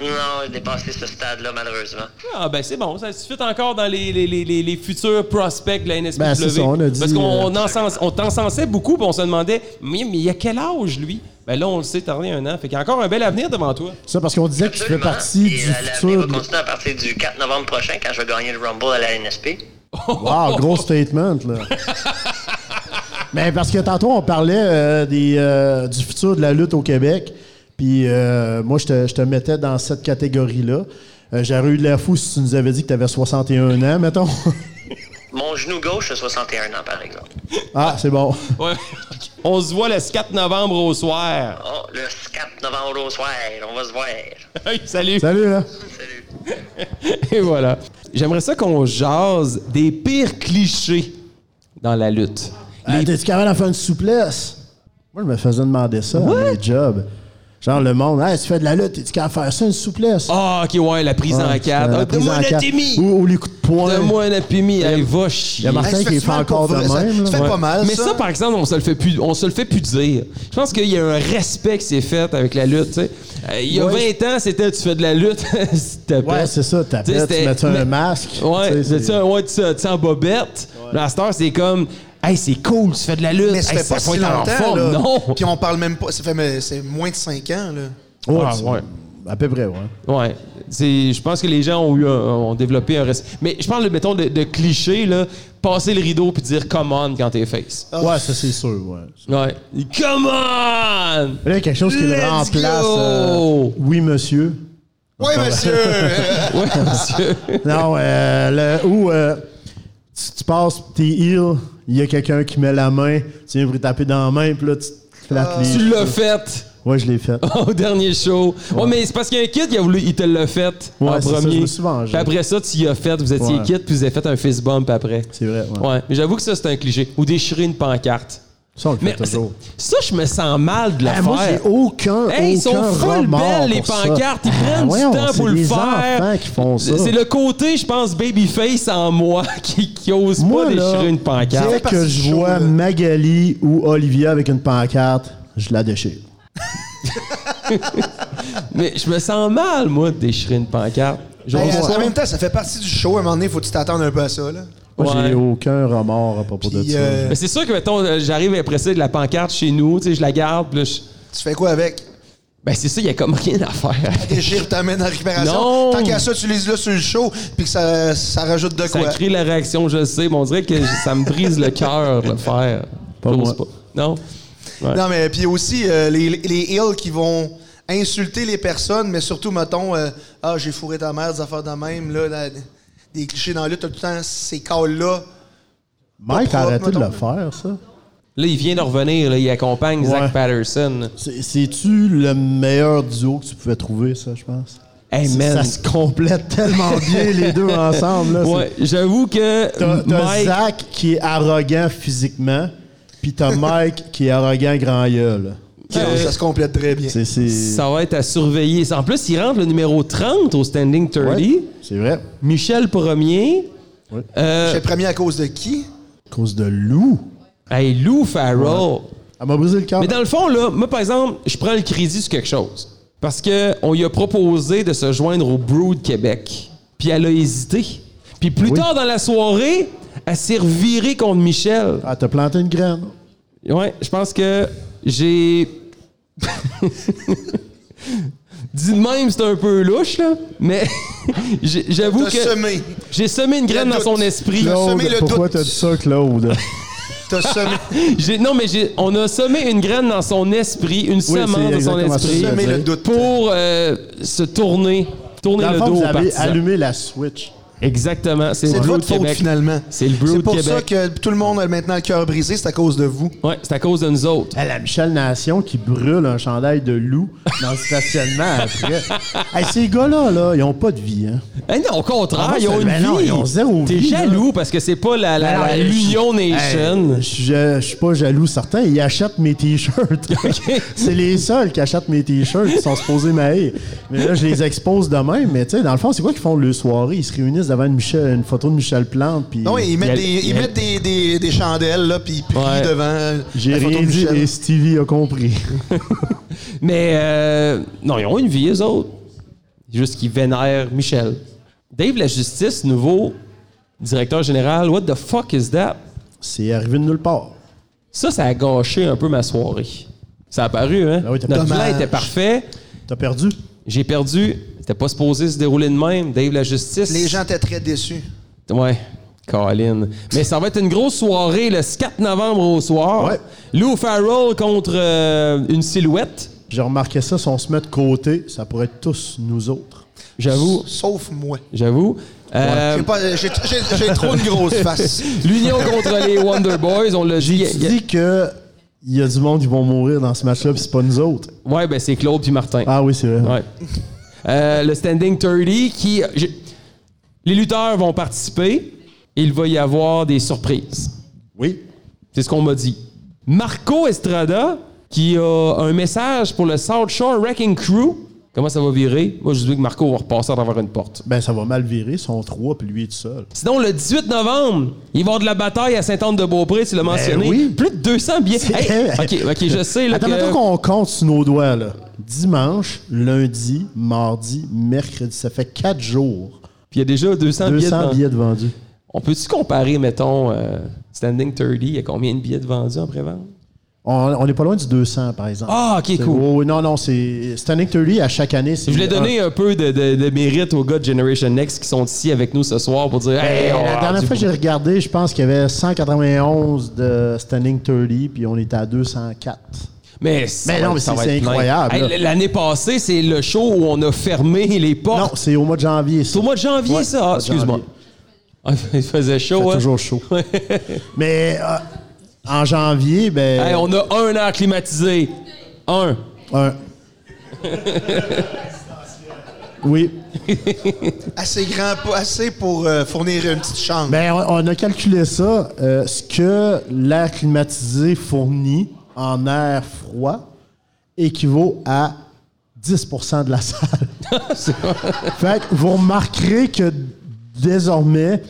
S6: Non, j'ai dépassé ce stade-là, malheureusement.
S1: Ah, ben c'est bon. Ça suffit encore dans les, les, les, les- les futurs prospects de la NSPW.
S3: Ben, c'est ça, on a dit,
S1: Parce
S3: euh,
S1: qu'on encense- on t'encensait beaucoup, puis on se demandait, mais, mais il a quel âge, lui? Ben là, on le sait, t'as rien un an. Fait qu'il y a encore un bel avenir devant toi.
S3: Ça, parce qu'on disait que tu fais partie
S6: Et euh,
S3: du
S6: la- l'avenir
S3: futur.
S6: va continuer à partir du 4 novembre prochain, quand je vais gagner le Rumble à la NSP.
S3: Wow, gros statement, là. Mais parce que tantôt, on parlait euh, des, euh, du futur de la lutte au Québec. Puis euh, moi, je te, je te mettais dans cette catégorie-là. Euh, J'aurais eu de la fou si tu nous avais dit que tu avais 61 ans, mettons.
S6: Mon genou gauche a 61 ans, par exemple.
S3: ah, c'est bon.
S1: Ouais. on se voit le 4 novembre au soir.
S6: Oh, le 4 novembre au soir, on va se voir.
S1: Hey, salut.
S3: Salut, là.
S6: Salut.
S1: Et voilà. J'aimerais ça qu'on jase des pires clichés dans la lutte.
S3: Ah, T'es-tu capable d'en faire une souplesse? Moi, je me faisais demander ça à mes jobs. Genre, le monde, hey, tu fais de la lutte, t'es-tu capable de faire ça, une souplesse?
S1: Ah, ok, ouais, la prise en euh,
S3: Ouais,
S1: quatre.
S3: la
S1: Ah,
S3: prise
S1: Donne-moi
S3: en
S1: un
S3: quatre.
S1: atimi!
S3: Ou, ou les coups de poing.
S1: Donne-moi un atimi! Elle va chier.
S3: Il y a
S2: Hey,
S3: Martin
S2: Ah, ça
S3: qui
S2: fait
S3: est
S2: du
S3: pas
S2: mal
S3: encore
S2: pour
S3: de
S2: vrai, ça-
S3: même. là.
S2: ça fait pas mal,
S1: Mais ça, par exemple, on se le fait plus, on se le fait plus dire. Je pense qu'il y a un respect qui s'est fait avec la lutte. tu sais. Euh, il y a
S3: Ouais,
S1: 20 ans, c'était tu fais de la lutte, s'il te plaît.
S3: Ouais, c'est ça, t'appelles,
S1: Tu sais,
S3: tu
S1: c'était-
S3: mets
S1: mais-
S3: un masque. tu
S1: Ouais,
S3: sais,
S1: c'est ça, ouais, tu sais, tu sais, en bobette. La star, c'est comme, hey, c'est cool, tu fais de la lutte.
S2: Mais ça
S1: Hey,
S2: fait pas
S1: faut
S2: si
S1: être en
S2: longtemps,
S1: forme.
S2: là.
S1: Non.
S2: Puis on parle même pas. Ça fait mais, c'est moins de 5 ans, là.
S3: Ouais,
S1: Ah,
S3: tu-
S1: ouais.
S3: À peu près, ouais.
S1: Ouais. C'est- Je pense que les gens ont, eu un- ont développé un respect. Mais je parle, mettons, de, de cliché, là. Passer le rideau puis dire come on quand t'es face.
S3: Ouais, ça c'est sûr, ouais.
S1: Ouais. Come on!
S3: Là, il y a quelque chose qui le
S1: Let's
S3: remplace.
S1: go!
S3: euh, oui, monsieur.
S2: Oui, monsieur!
S1: Ouais, monsieur.
S3: Non, euh, le- ou euh, tu, tu passes, t'es heal, il y a quelqu'un qui met la main, tu viens pour lui taper dans la main, puis là, tu te flattes les.
S1: Ah. tu l'as fait
S3: Ouais, je l'ai fait.
S1: au dernier show. Ouais, mais c'est parce qu'il y a un kid qui a voulu, il te l'a fait
S3: Ouais,
S1: en
S3: c'est ça, je
S1: premier.
S3: me suis vengé.
S1: Puis après ça, tu y as fait, vous étiez
S3: Ouais.
S1: kid, puis vous avez fait un fist bump après.
S3: C'est vrai, ouais.
S1: Ouais. Mais j'avoue que ça, c'est un cliché. Ou déchirer une pancarte.
S3: Ça, on le fait
S1: Mais c'est-
S3: toujours.
S1: ça, je me sens mal de le
S3: Ah,
S1: faire.
S3: moi, j'ai aucun.
S1: Hey, ils sont
S3: aucun
S1: full
S3: remords
S1: belles, les
S3: pour ça.
S1: pancartes. Ils
S3: Ah,
S1: prennent
S3: voyons,
S1: du temps
S3: c'est
S1: pour le
S3: des
S1: faire.
S3: enfants qui font ça.
S1: C'est le côté, je pense, babyface en moi qui, qui ose
S3: Moi,
S1: pas
S3: là,
S1: déchirer une
S3: Dès
S1: pancarte.
S3: que je vois Magali ou Olivia avec une pancarte, je la déchire.
S1: Mais je me sens mal, moi, de déchirer une pancarte. Je
S2: Ben,
S1: reçois-
S2: en même temps, ça fait partie du show. À un moment donné, faut que tu t'attendes un peu à ça, là.
S3: Moi,
S1: Ouais.
S3: j'ai aucun remords à propos de
S2: Puis,
S3: ça.
S2: euh,
S1: Mais c'est sûr que, mettons, euh, j'arrive après ça de la pancarte chez nous, tu sais, je la garde, puis là, je-
S2: Tu fais quoi avec?
S1: Ben, c'est ça, il y a comme rien à faire.
S2: Déchire, t'amènes en récupération.
S1: Non!
S2: Tant qu'à ça, tu les là sur le show, puis que ça, ça rajoute de
S1: Ça
S2: quoi.
S1: crée la réaction, je le sais, mais on dirait que je- ça me brise le cœur de le faire.
S3: Pas
S1: J'ose
S3: moi.
S1: Non? Ouais.
S2: Non, mais puis aussi, euh, les, les heels qui vont insulter les personnes, mais surtout, mettons, euh, ah, j'ai fourré ta mère, des affaires de même, là, la- des clichés dans la lutte, t'as tout le temps ces calls-là.
S3: Mike
S2: pas
S3: a
S2: propre,
S3: arrêté de le
S2: mettons.
S3: faire, ça.
S1: Là, il vient de revenir, là, il accompagne
S3: Ouais.
S1: Zach Patterson.
S3: C'est- C'est-tu le meilleur duo que tu pouvais trouver, ça, je pense?
S1: Hey,
S3: Ça-
S1: man.
S3: Ça se complète tellement bien, les deux ensemble. Là,
S1: Ouais, j'avoue que
S3: C'est- T'as t'as
S1: Mike...
S3: Zach qui est arrogant physiquement, puis t'as Mike qui est arrogant grand gueule.
S2: Ah, ça se complète très bien.
S3: C'est c'est-
S1: Ça va être à surveiller. En plus, il rentre le numéro 30 au Standing 30.
S3: ouais, c'est vrai.
S1: Michel Premier.
S3: Ouais.
S1: Euh,
S2: J'ai premier à cause de qui?
S3: À cause de Lou.
S1: hey, Lou Farrell.
S3: Elle m'a brisé le cœur.
S1: Mais dans le fond, là, moi, par exemple, je prends le crédit sur quelque chose. Parce que on lui a proposé de se joindre au Brood Québec. Puis elle a hésité. Puis plus
S3: Oui.
S1: tard dans la soirée, elle s'est revirée contre Michel.
S3: Ah, t'as planté une graine.
S1: Ouais, je pense que j'ai. Dit de même, c'est un peu louche, là, mais j'ai- j'avoue
S2: T'as
S1: que
S2: semé.
S1: j'ai semé une graine
S2: Le
S1: dans
S2: doute.
S1: son esprit.
S2: Le-
S3: Claude,
S2: semé le
S3: pourquoi
S2: doute.
S3: t'as dit ça, Claude?
S2: T'as semé,
S1: J'ai- non, mais j'ai- on a semé une graine dans son esprit, une semence
S3: c'est
S1: dans son
S3: exactement ça.
S1: esprit
S2: semé le doute.
S1: pour euh, se tourner, tourner
S3: Dans le
S1: le
S3: fond,
S1: dos
S3: vous
S1: aux
S3: avez
S1: partisans.
S3: allumé la switch.
S1: Exactement, c'est
S2: C'est
S1: le
S2: de
S1: Brew de
S2: votre faute,
S1: Québec.
S2: finalement.
S1: C'est le Brew
S2: C'est
S1: de
S2: pour
S1: Québec.
S2: ça que tout le monde a maintenant le cœur brisé, c'est à cause de vous.
S1: Ouais, c'est à cause de nous autres.
S3: Elle la Michel Nation qui brûle un chandail de loup dans le stationnement après. Hey, ces gars-là, là, ils ont pas de vie. Hein.
S1: Eh non, au contraire,
S3: Ah,
S1: ils ont
S3: c'est-
S1: une
S3: ben non,
S1: vie.
S3: ils ont zéro
S1: T'es
S3: vie, là.
S1: jaloux parce que c'est pas la, la,
S3: Ben non,
S1: la-
S3: je-
S1: l'Union Nation.
S3: Hey, Je je suis pas jaloux, certain. Ils achètent mes t-shirts. C'est les seuls qui achètent mes t-shirts qui sont supposés m'haïr. Mais là, je les expose de même. Mais tu sais, dans le fond, c'est quoi qu'ils font le soirée? Ils se réunissent devant une, Michel- une photo de Michel Plante. puis
S2: Non, ils mettent
S1: Il y a-
S2: des,
S1: il y
S2: ils
S1: a-
S2: mettent des, des, des chandelles, là, puis ils prient
S1: Ouais.
S2: devant euh,
S3: J'ai
S2: la photo
S3: rien
S2: de
S3: dit
S2: Michel.
S3: et Stevie a compris.
S1: Mais euh, non, ils ont une vie, eux autres. Juste qu'ils vénèrent Michel. Dave La Justice, nouveau directeur général, what the fuck is that?
S3: C'est arrivé de nulle part.
S1: Ça, ça a gâché un peu ma soirée. Ça a paru, hein?
S3: Ah oui, t'as
S1: Notre
S2: pas-
S1: plan
S2: Dommage.
S1: était parfait.
S3: T'as perdu?
S1: J'ai perdu. C'était pas supposé se dérouler de même. Dave La Justice.
S2: Les gens étaient très déçus.
S1: Ouais. Colin. Mais ça va être une grosse soirée le 4 novembre au soir.
S3: Ouais.
S1: Lou Farrell contre euh, une silhouette.
S3: J'ai remarqué ça, si on se met de côté, ça pourrait être tous nous autres.
S1: J'avoue.
S2: Sauf moi.
S1: J'avoue. Euh,
S2: J'ai pas- J'ai j'ai- j'ai trop une grosse face.
S1: L'union contre les Wonder Boys, on l'a dit.
S3: Tu dis que il y a du monde qui vont mourir dans ce match-là, puis c'est pas nous autres.
S1: Ouais, ben c'est Claude puis Martin.
S3: Ah oui, c'est vrai.
S1: Ouais. Euh, le Standing 30 qui. j'ai- Les lutteurs vont participer. Il va y avoir des surprises.
S3: Oui.
S1: C'est ce qu'on m'a dit. Marco Estrada, qui a un message pour le South Shore Wrecking Crew. Comment ça va virer? Moi, je dis que Marco va repasser à travers une porte.
S3: Ben, ça va mal virer. Ils sont trois, puis lui est tout seul.
S1: Sinon, le 18 novembre, il va y avoir de la bataille à Saint-Anne-de-Beaupré, tu l'as mentionné.
S3: Ben oui.
S1: Plus de 200 billets. Hey, OK, OK, je sais. Là,
S3: Attends,
S1: que-
S3: mettons qu'on compte sur nos doigts, là. Dimanche, lundi, mardi, mercredi. Ça fait quatre jours.
S1: Puis il y a déjà 200, billets.
S3: 200
S1: dans-
S3: billets de vendus.
S1: On peut-tu comparer, mettons, euh, Standing 30, il y a combien de billets de vendus en pré-vente?
S3: On, on est pas loin du 200, par exemple.
S1: Ah, ok,
S3: C'est-
S1: cool.
S3: Oh, oui, non, non, c'est... Stanley 30, à chaque année, c'est...
S1: Je voulais donner un peu de, de- de mérite aux gars de Generation Next qui sont ici avec nous ce soir pour dire
S3: Ben,
S1: Hey, on
S3: la
S1: a
S3: dernière
S1: Ah, du-
S3: fois que j'ai regardé, je pense qu'il y avait 191 de Standing 30, puis on était à 204.
S1: Mais, ça
S3: Mais
S1: va-
S3: non, mais
S1: ça
S3: c'est-
S1: va
S3: c'est
S1: être plein.
S3: incroyable, là.
S1: L'année passée, c'est le show où on a fermé les
S3: Non,
S1: portes.
S3: c'est au mois de janvier.
S1: Oh. C'est au mois de janvier,
S3: Ouais,
S1: ça? Ah,
S3: mois de
S1: excuse-moi.
S3: janvier.
S1: Ah, Il faisait
S3: Fait
S1: chaud, hein?
S3: toujours chaud. Mais euh, en janvier, ben.
S1: Hey, on a un an climatisé. Un.
S3: un- oui.
S2: Assez grand, pas assez pour euh, fournir une petite chambre.
S3: Ben, on, on a calculé ça. euh, ce que l'air climatisé fournit en air froid équivaut à 10 de la salle. fait que vous remarquerez que désormais,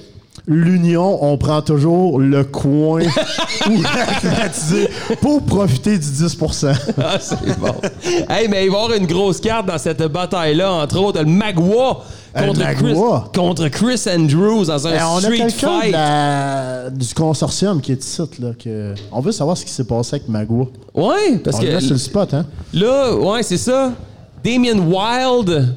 S3: l'Union, on prend toujours le coin où l'air climatisé pour profiter du 10
S1: Ah, c'est bon. hey, mais il va y avoir une grosse carte dans cette bataille-là, entre autres, le Magua
S3: Le
S1: contre,
S3: Magua.
S1: Chris, contre Chris Andrews dans un
S3: Ben, on a
S1: street
S3: quelqu'un de
S1: fight.
S3: la- du consortium qui est ici. Là, que... On veut savoir ce qui s'est passé avec Magua.
S1: Ouais, parce
S3: On
S1: que
S3: est sur le spot, hein?
S1: Là, ouais, c'est ça. Damien Wild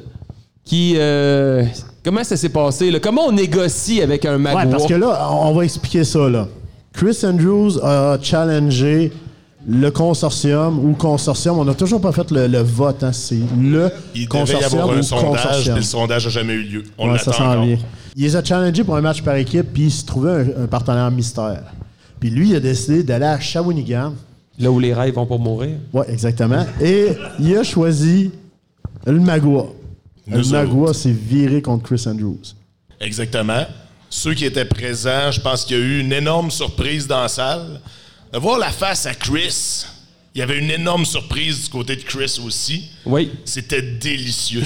S1: qui. euh, comment ça s'est passé? Là? Comment on négocie avec un Magua?
S3: Ouais, parce que là, on va expliquer ça. Là. Chris Andrews a challengé le consortium ou consortium. On n'a toujours pas fait le, le vote. Hein. C'est le
S7: Il devait y
S3: consortium
S7: avoir
S3: ou
S7: un sondage, mais
S3: consortium.
S7: le sondage n'a jamais eu lieu. On
S3: Ouais, ça
S7: l'attend
S3: s'en
S7: encore.
S3: vient. Il les a challengés pour un match par équipe, puis il se trouvait un, un partenaire mystère. Puis lui, il a décidé d'aller à Shawinigan.
S1: Là où les rêves vont pour mourir.
S3: Oui, exactement. Et il a choisi le Magua.
S7: Nous
S3: Le Magua s'est viré contre Chris Andrews.
S7: Exactement. Ceux qui étaient présents, je pense qu'il y a eu une énorme surprise dans la salle. De voir la face à Chris, il y avait une énorme surprise du côté de Chris aussi.
S1: Oui.
S7: C'était délicieux.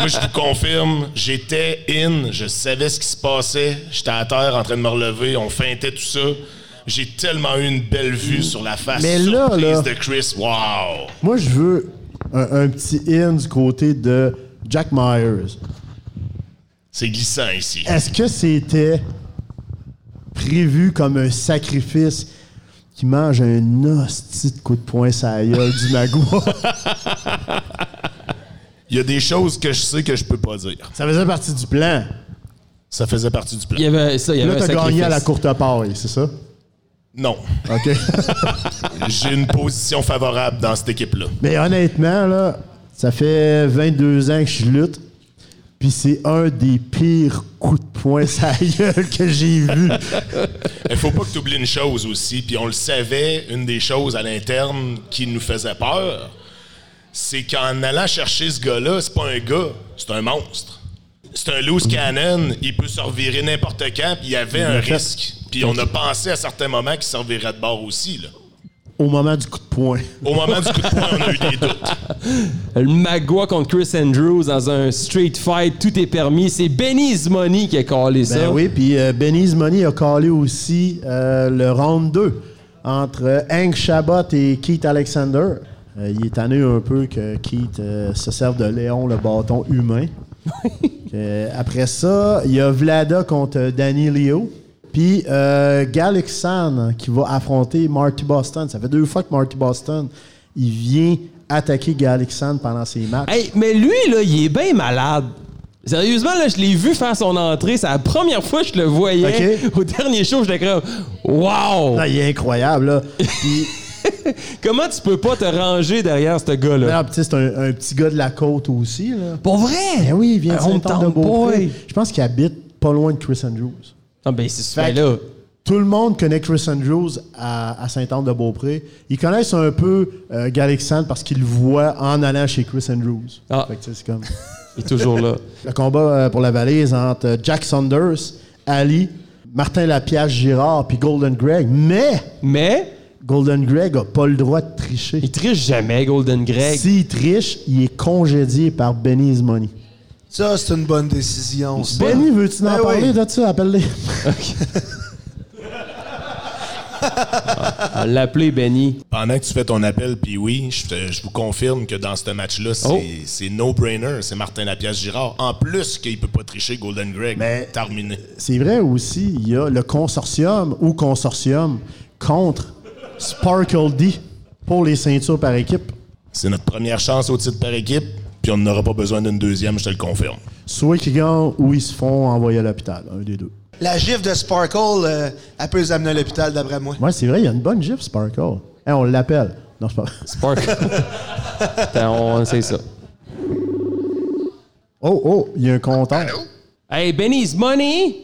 S7: Moi, je vous confirme, j'étais in, je savais ce qui se passait. J'étais à terre en train de me relever, on feintait tout ça. J'ai tellement eu une belle vue sur la face
S3: Mais là,
S7: surprise
S3: là-
S7: de Chris. Wow!
S3: Moi, je veux un, un petit in du côté de Jack Myers.
S7: C'est glissant ici.
S3: Est-ce que c'était prévu comme un sacrifice qui mange un hostie de coup de poing sur la gueule du Magua?
S7: il y a des choses que je sais que je peux pas dire.
S3: Ça faisait partie du plan.
S7: Ça faisait partie du plan.
S1: Il y avait ça, il y
S3: Là,
S1: avait un
S3: t'as
S1: sacrifice.
S3: gagné à la courte paille, c'est ça?
S7: Non.
S3: OK.
S7: J'ai une position favorable dans cette équipe-là.
S3: Mais honnêtement, là, ça fait 22 ans que je lutte. Puis c'est un des pires coups de poing sa gueule que j'ai vu.
S7: Il faut pas que tu oublies une chose aussi, puis on le savait, une des choses à l'interne qui nous faisait peur, c'est qu'en allant chercher ce gars-là, c'est pas un gars, c'est un monstre. C'est un loose cannon, il peut se revirer n'importe quand, puis il y avait un
S3: fait.
S7: risque. Puis on a pensé à certains moments qu'il se revirait de bord aussi. là.
S3: Au moment du coup de poing.
S7: Au moment du coup de poing, on a eu des doutes.
S1: Le Magua contre Chris Andrews dans un street fight, tout est permis. C'est Benny's Money qui a callé ça.
S3: Ben oui, puis euh, Benny's Money a collé aussi euh, le round 2 entre euh, Hank Chabot et Keith Alexander. Euh, il est tanné un peu que Keith euh, se serve de Léon, le bâton humain. Euh, après ça, il y a Vlada contre euh, Danny Leo. Puis euh, Galexan qui va affronter Marty Boston. Ça fait deux fois que Marty Boston, il vient attaquer Galexan pendant ses matchs.
S1: Hey, mais lui, là, il est bien malade. Sérieusement, là, je l'ai vu faire son entrée. C'est la première fois que je le voyais.
S3: Ok.
S1: Au dernier show, j'étais comme Wow!
S3: Ah, il est incroyable, là. Puis-
S1: Comment tu peux pas te ranger derrière ce gars-là?
S3: Ah, puis tu sais, c'est un, un petit gars de la côte aussi. Là.
S1: Pour vrai!
S3: Ben oui, il vient de
S1: Euh, On
S3: Saint-Anne de
S1: tombe
S3: Beaupré.
S1: boy.
S3: Je pense qu'il habite pas loin de Chris Andrews.
S1: Ah, ben, c'est
S3: Fait
S1: super
S3: que
S1: là.
S3: Tout le monde connaît Chris Andrews à, à Saint-Anne-de-Beaupré. Ils connaissent un peu euh, Galexandre parce qu'ils le voient en allant chez Chris Andrews.
S1: Ah.
S3: Fait que tu sais, c'est comme...
S1: Il est toujours là.
S3: Le combat euh, pour la valise entre euh, Jack Saunders, Ali, Martin Lapiage Girard puis Golden Greg. Mais
S1: Mais,
S3: Golden Greg a pas le droit de tricher.
S1: il triche jamais, Golden Greg.
S3: S'il triche, il est congédié par Benny's Money.
S2: Ça, c'est une bonne décision. ça.
S3: Benny, veux-tu
S1: Eh
S3: en
S2: Ben
S3: parler
S2: oui.
S3: de ça? Appelle-les.
S1: On l'a appelé Benny.
S7: Pendant que tu fais ton appel, puis oui, je, te- je vous confirme que dans ce match-là, c'est
S1: Oh.
S7: c'est no-brainer, c'est Martin Lapiage-Girard. En plus qu'il peut pas tricher Golden Greg.
S3: Mais-
S7: Terminé.
S3: C'est vrai aussi, il y a le consortium ou consortium contre Sparkle D pour les ceintures par équipe.
S7: C'est notre première chance au titre par équipe, puis on n'aura pas besoin d'une deuxième, je te le confirme.
S3: Soit qu'ils gagnent ou ils se font envoyer à l'hôpital, un des deux.
S2: La gifle de Sparkle, euh, elle peut les amener à l'hôpital, d'après moi.
S3: Ouais, c'est vrai, il y a une bonne gifle, Sparkle. Hein, on l'appelle. Non, c'est pas vrai.
S1: Spark. Attends, on sait ça.
S3: Oh, oh, il y a un compteur.
S1: Hey, Benny's Money!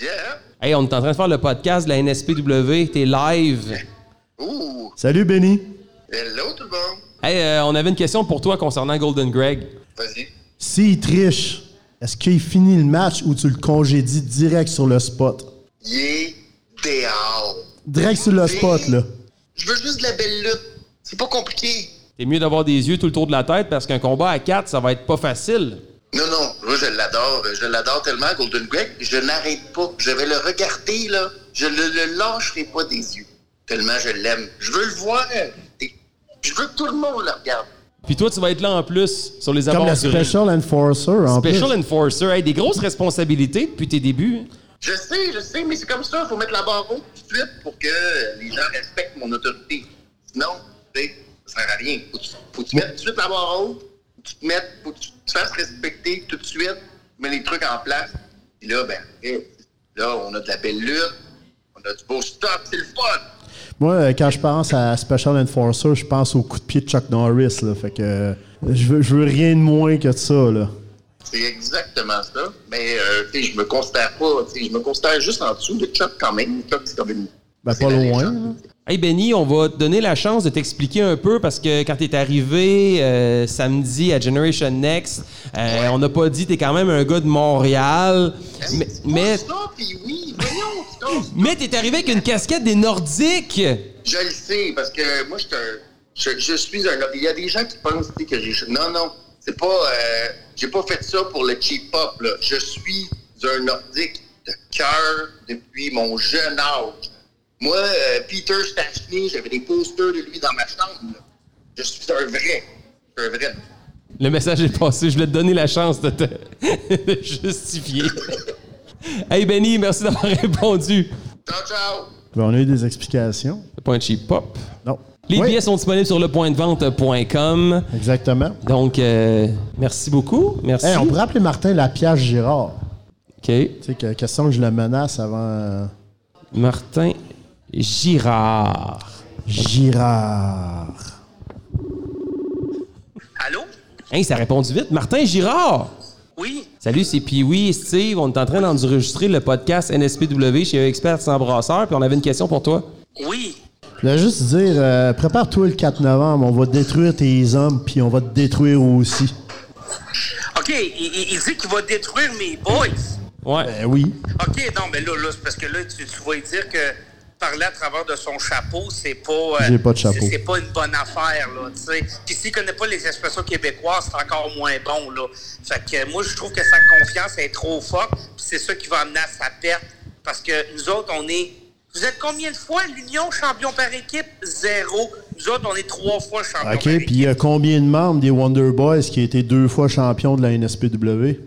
S6: Yeah.
S1: Hey, on est en train de faire le podcast de la NSPW. T'es live.
S6: Ouh.
S3: Salut, Benny.
S6: Hello tout le monde.
S1: Hey, euh, on avait une question pour toi concernant Golden Greg.
S6: Vas-y.
S3: S'il triche, est-ce qu'il finit le match ou tu le congédies direct sur le spot?
S6: Il est dehors.
S3: Direct sur le spot, là.
S6: Je veux juste de la belle lutte. C'est pas compliqué.
S1: C'est mieux d'avoir des yeux tout le tour de la tête parce qu'un combat à 4, ça va être pas facile.
S6: Non, non, moi je l'adore. Ah, ben, Je l'adore tellement, Golden Greg. Je n'arrête pas. Je vais le regarder, là. Je ne le lâcherai pas des yeux. Tellement je l'aime. Je veux le voir. Et Je veux que tout le monde le regarde.
S1: Puis toi, tu vas être là en plus sur les
S3: Comme
S1: abords
S3: la
S1: du
S3: Special Enforcer, en
S1: ring. Special
S3: plus.
S1: Enforcer. Hey, des grosses responsabilités depuis tes débuts.
S6: Je sais, je sais, mais c'est comme ça. Il faut mettre la barre haute tout de suite pour que les gens respectent mon autorité. Sinon, tu sais, ça sert à rien. Faut que tu, faut que tu mettes tout de suite la barre haute. Faut que tu te mettes, faut que tu te fasses respecter tout de suite. Tu mets les trucs en place. Puis là, ben, après, là, on a de la belle lutte. On a du beau stop. C'est le fun.
S3: Moi, euh, quand je pense à Special Enforcer, je pense au coup de pied de Chuck Norris. Là, fait que euh, je veux, je veux rien de moins que de ça. Là.
S6: C'est exactement ça. Mais, euh, tu sais, je me considère pas. tu sais, Je me considère juste en dessous de Chuck quand même. Chuck, c'est comme une.
S3: Ben,
S6: c'est
S3: pas
S6: la
S3: loin.
S6: légende.
S3: là.
S1: Hey Benny, on va te donner la chance de t'expliquer un peu parce que quand t'es arrivé euh, samedi à Generation Next, euh, on n'a pas dit t'es quand même un gars de Montréal, mais mais,
S6: Pas ça, puis oui, voyons, stop.
S1: mais t'es arrivé avec une casquette des Nordiques.
S6: Je le sais, parce que moi, je suis un- je, je suis un. Il y a des gens qui pensent tu sais, que j'ai. Non, non. C'est pas. euh, j'ai pas fait ça pour le cheap pop, là. Je suis un nordique de cœur depuis mon jeune âge. Moi, euh, Peter Stachny, j'avais des posters de lui dans ma chambre. là. Je suis un vrai. Un vrai.
S1: Le message est passé, je voulais te donner la chance de te de justifier. Hey Benny, merci d'avoir répondu.
S6: Ciao, ciao!
S3: Ben, on a eu des explications.
S1: C'est pas un cheap pop.
S3: Non.
S1: Les
S3: Oui.
S1: billets sont disponibles sur lepointdevente.com.
S3: Exactement.
S1: Donc, euh, merci beaucoup. Merci.
S3: Hey, on pourrait appeler Martin Lapiage Girard.
S1: OK.
S3: Tu sais, que, question que je le menace avant. euh,
S1: Martin Girard.
S3: Girard.
S8: Allô?
S1: Hey, ça répond vite. Martin Girard!
S8: Oui?
S1: Salut, c'est Pee-Wee et Steve. On est en train d'enregistrer le podcast NSPW chez Expert sans brasseur, puis on avait une question pour toi.
S8: Oui?
S3: Je voulais juste dire, euh, prépare-toi le 4 novembre, on va détruire tes hommes, puis on va te détruire aussi.
S8: OK, il, il- il dit qu'il va détruire mes boys.
S1: Ouais.
S3: Ben oui.
S8: OK, non, mais là, là c'est parce que là, tu, tu vas lui dire que parler à travers de son chapeau, c'est pas. euh,
S3: J'ai pas de chapeau.
S8: c'est- C'est pas une bonne affaire, là, tu sais. Puis s'il connaît pas les expressions québécoises, c'est encore moins bon, là. Fait que euh, moi, je trouve que sa confiance est trop forte, puis c'est ça qui va amener à sa perte. Parce que nous autres, on est. Vous êtes combien de fois l'Union champion par équipe? Zéro. Nous autres, on est trois fois champion
S3: OK,
S8: par
S3: puis
S8: équipe.
S3: il y a combien de membres des Wonder Boys qui a été deux fois champion de la NSPW?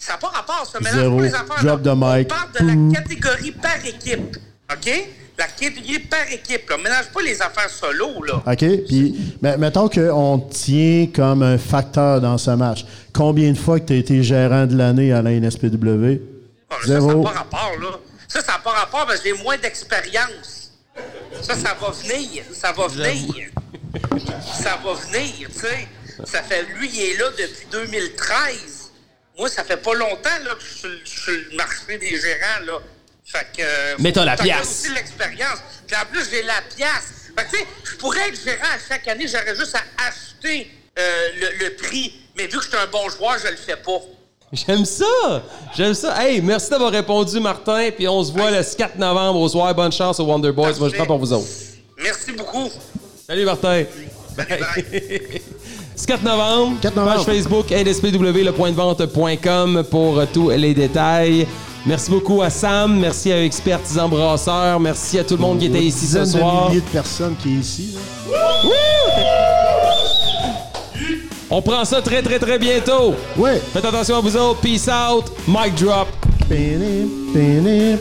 S8: Ça n'a pas rapport, ça mélange
S3: Zéro.
S8: pas les affaires.
S3: Drop
S8: là.
S3: the mic.
S8: On parle de
S3: Boum.
S8: la catégorie par équipe. OK? La catégorie par équipe. Là. Mélange pas les affaires solo. Là.
S3: OK? Puis, mais- mettons qu'on te tient comme un facteur dans ce match. Combien de fois que tu as été gérant de l'année à la NSPW?
S8: Bon, ça, ça n'a
S3: Zéro.
S8: pas rapport. Là. Ça, ça n'a pas rapport parce que j'ai moins d'expérience. Ça, ça va venir. Ça va venir. ça va venir, tu sais. Ça fait, lui, il est là depuis 2013. Moi, ça fait pas longtemps là, que je suis sur le- je suis sur le marché des gérants, là. Fait que... euh,
S1: Mais t'as la
S8: ça fait
S1: pièce.
S8: aussi l'expérience. Puis en plus, j'ai la pièce. Fait que, tu sais, je pourrais être gérant à chaque année, j'aurais juste à acheter euh, le, le prix. Mais vu que je suis un bon joueur, je le fais pas.
S1: J'aime ça! J'aime ça! Hey, merci d'avoir répondu, Martin, puis on se voit le 4 novembre au soir. Bonne chance aux Wonder Boys. Moi, je prends pour vous autres.
S8: Merci beaucoup.
S1: Salut, Martin!
S8: Bye.
S1: 4 novembre,
S3: 4 novembre.
S1: page Facebook nspw.com pour euh, tous les détails. Merci beaucoup à Sam, merci à Expertisans Brasseurs, merci à tout le monde qui était ici ce
S3: Dizaines de
S1: soir.
S3: milliers de personnes qui est ici. là.
S1: On prend ça très très très bientôt.
S3: Ouais.
S1: Faites attention à vous autres. Peace out. Mic drop.
S3: Pénip, pénip.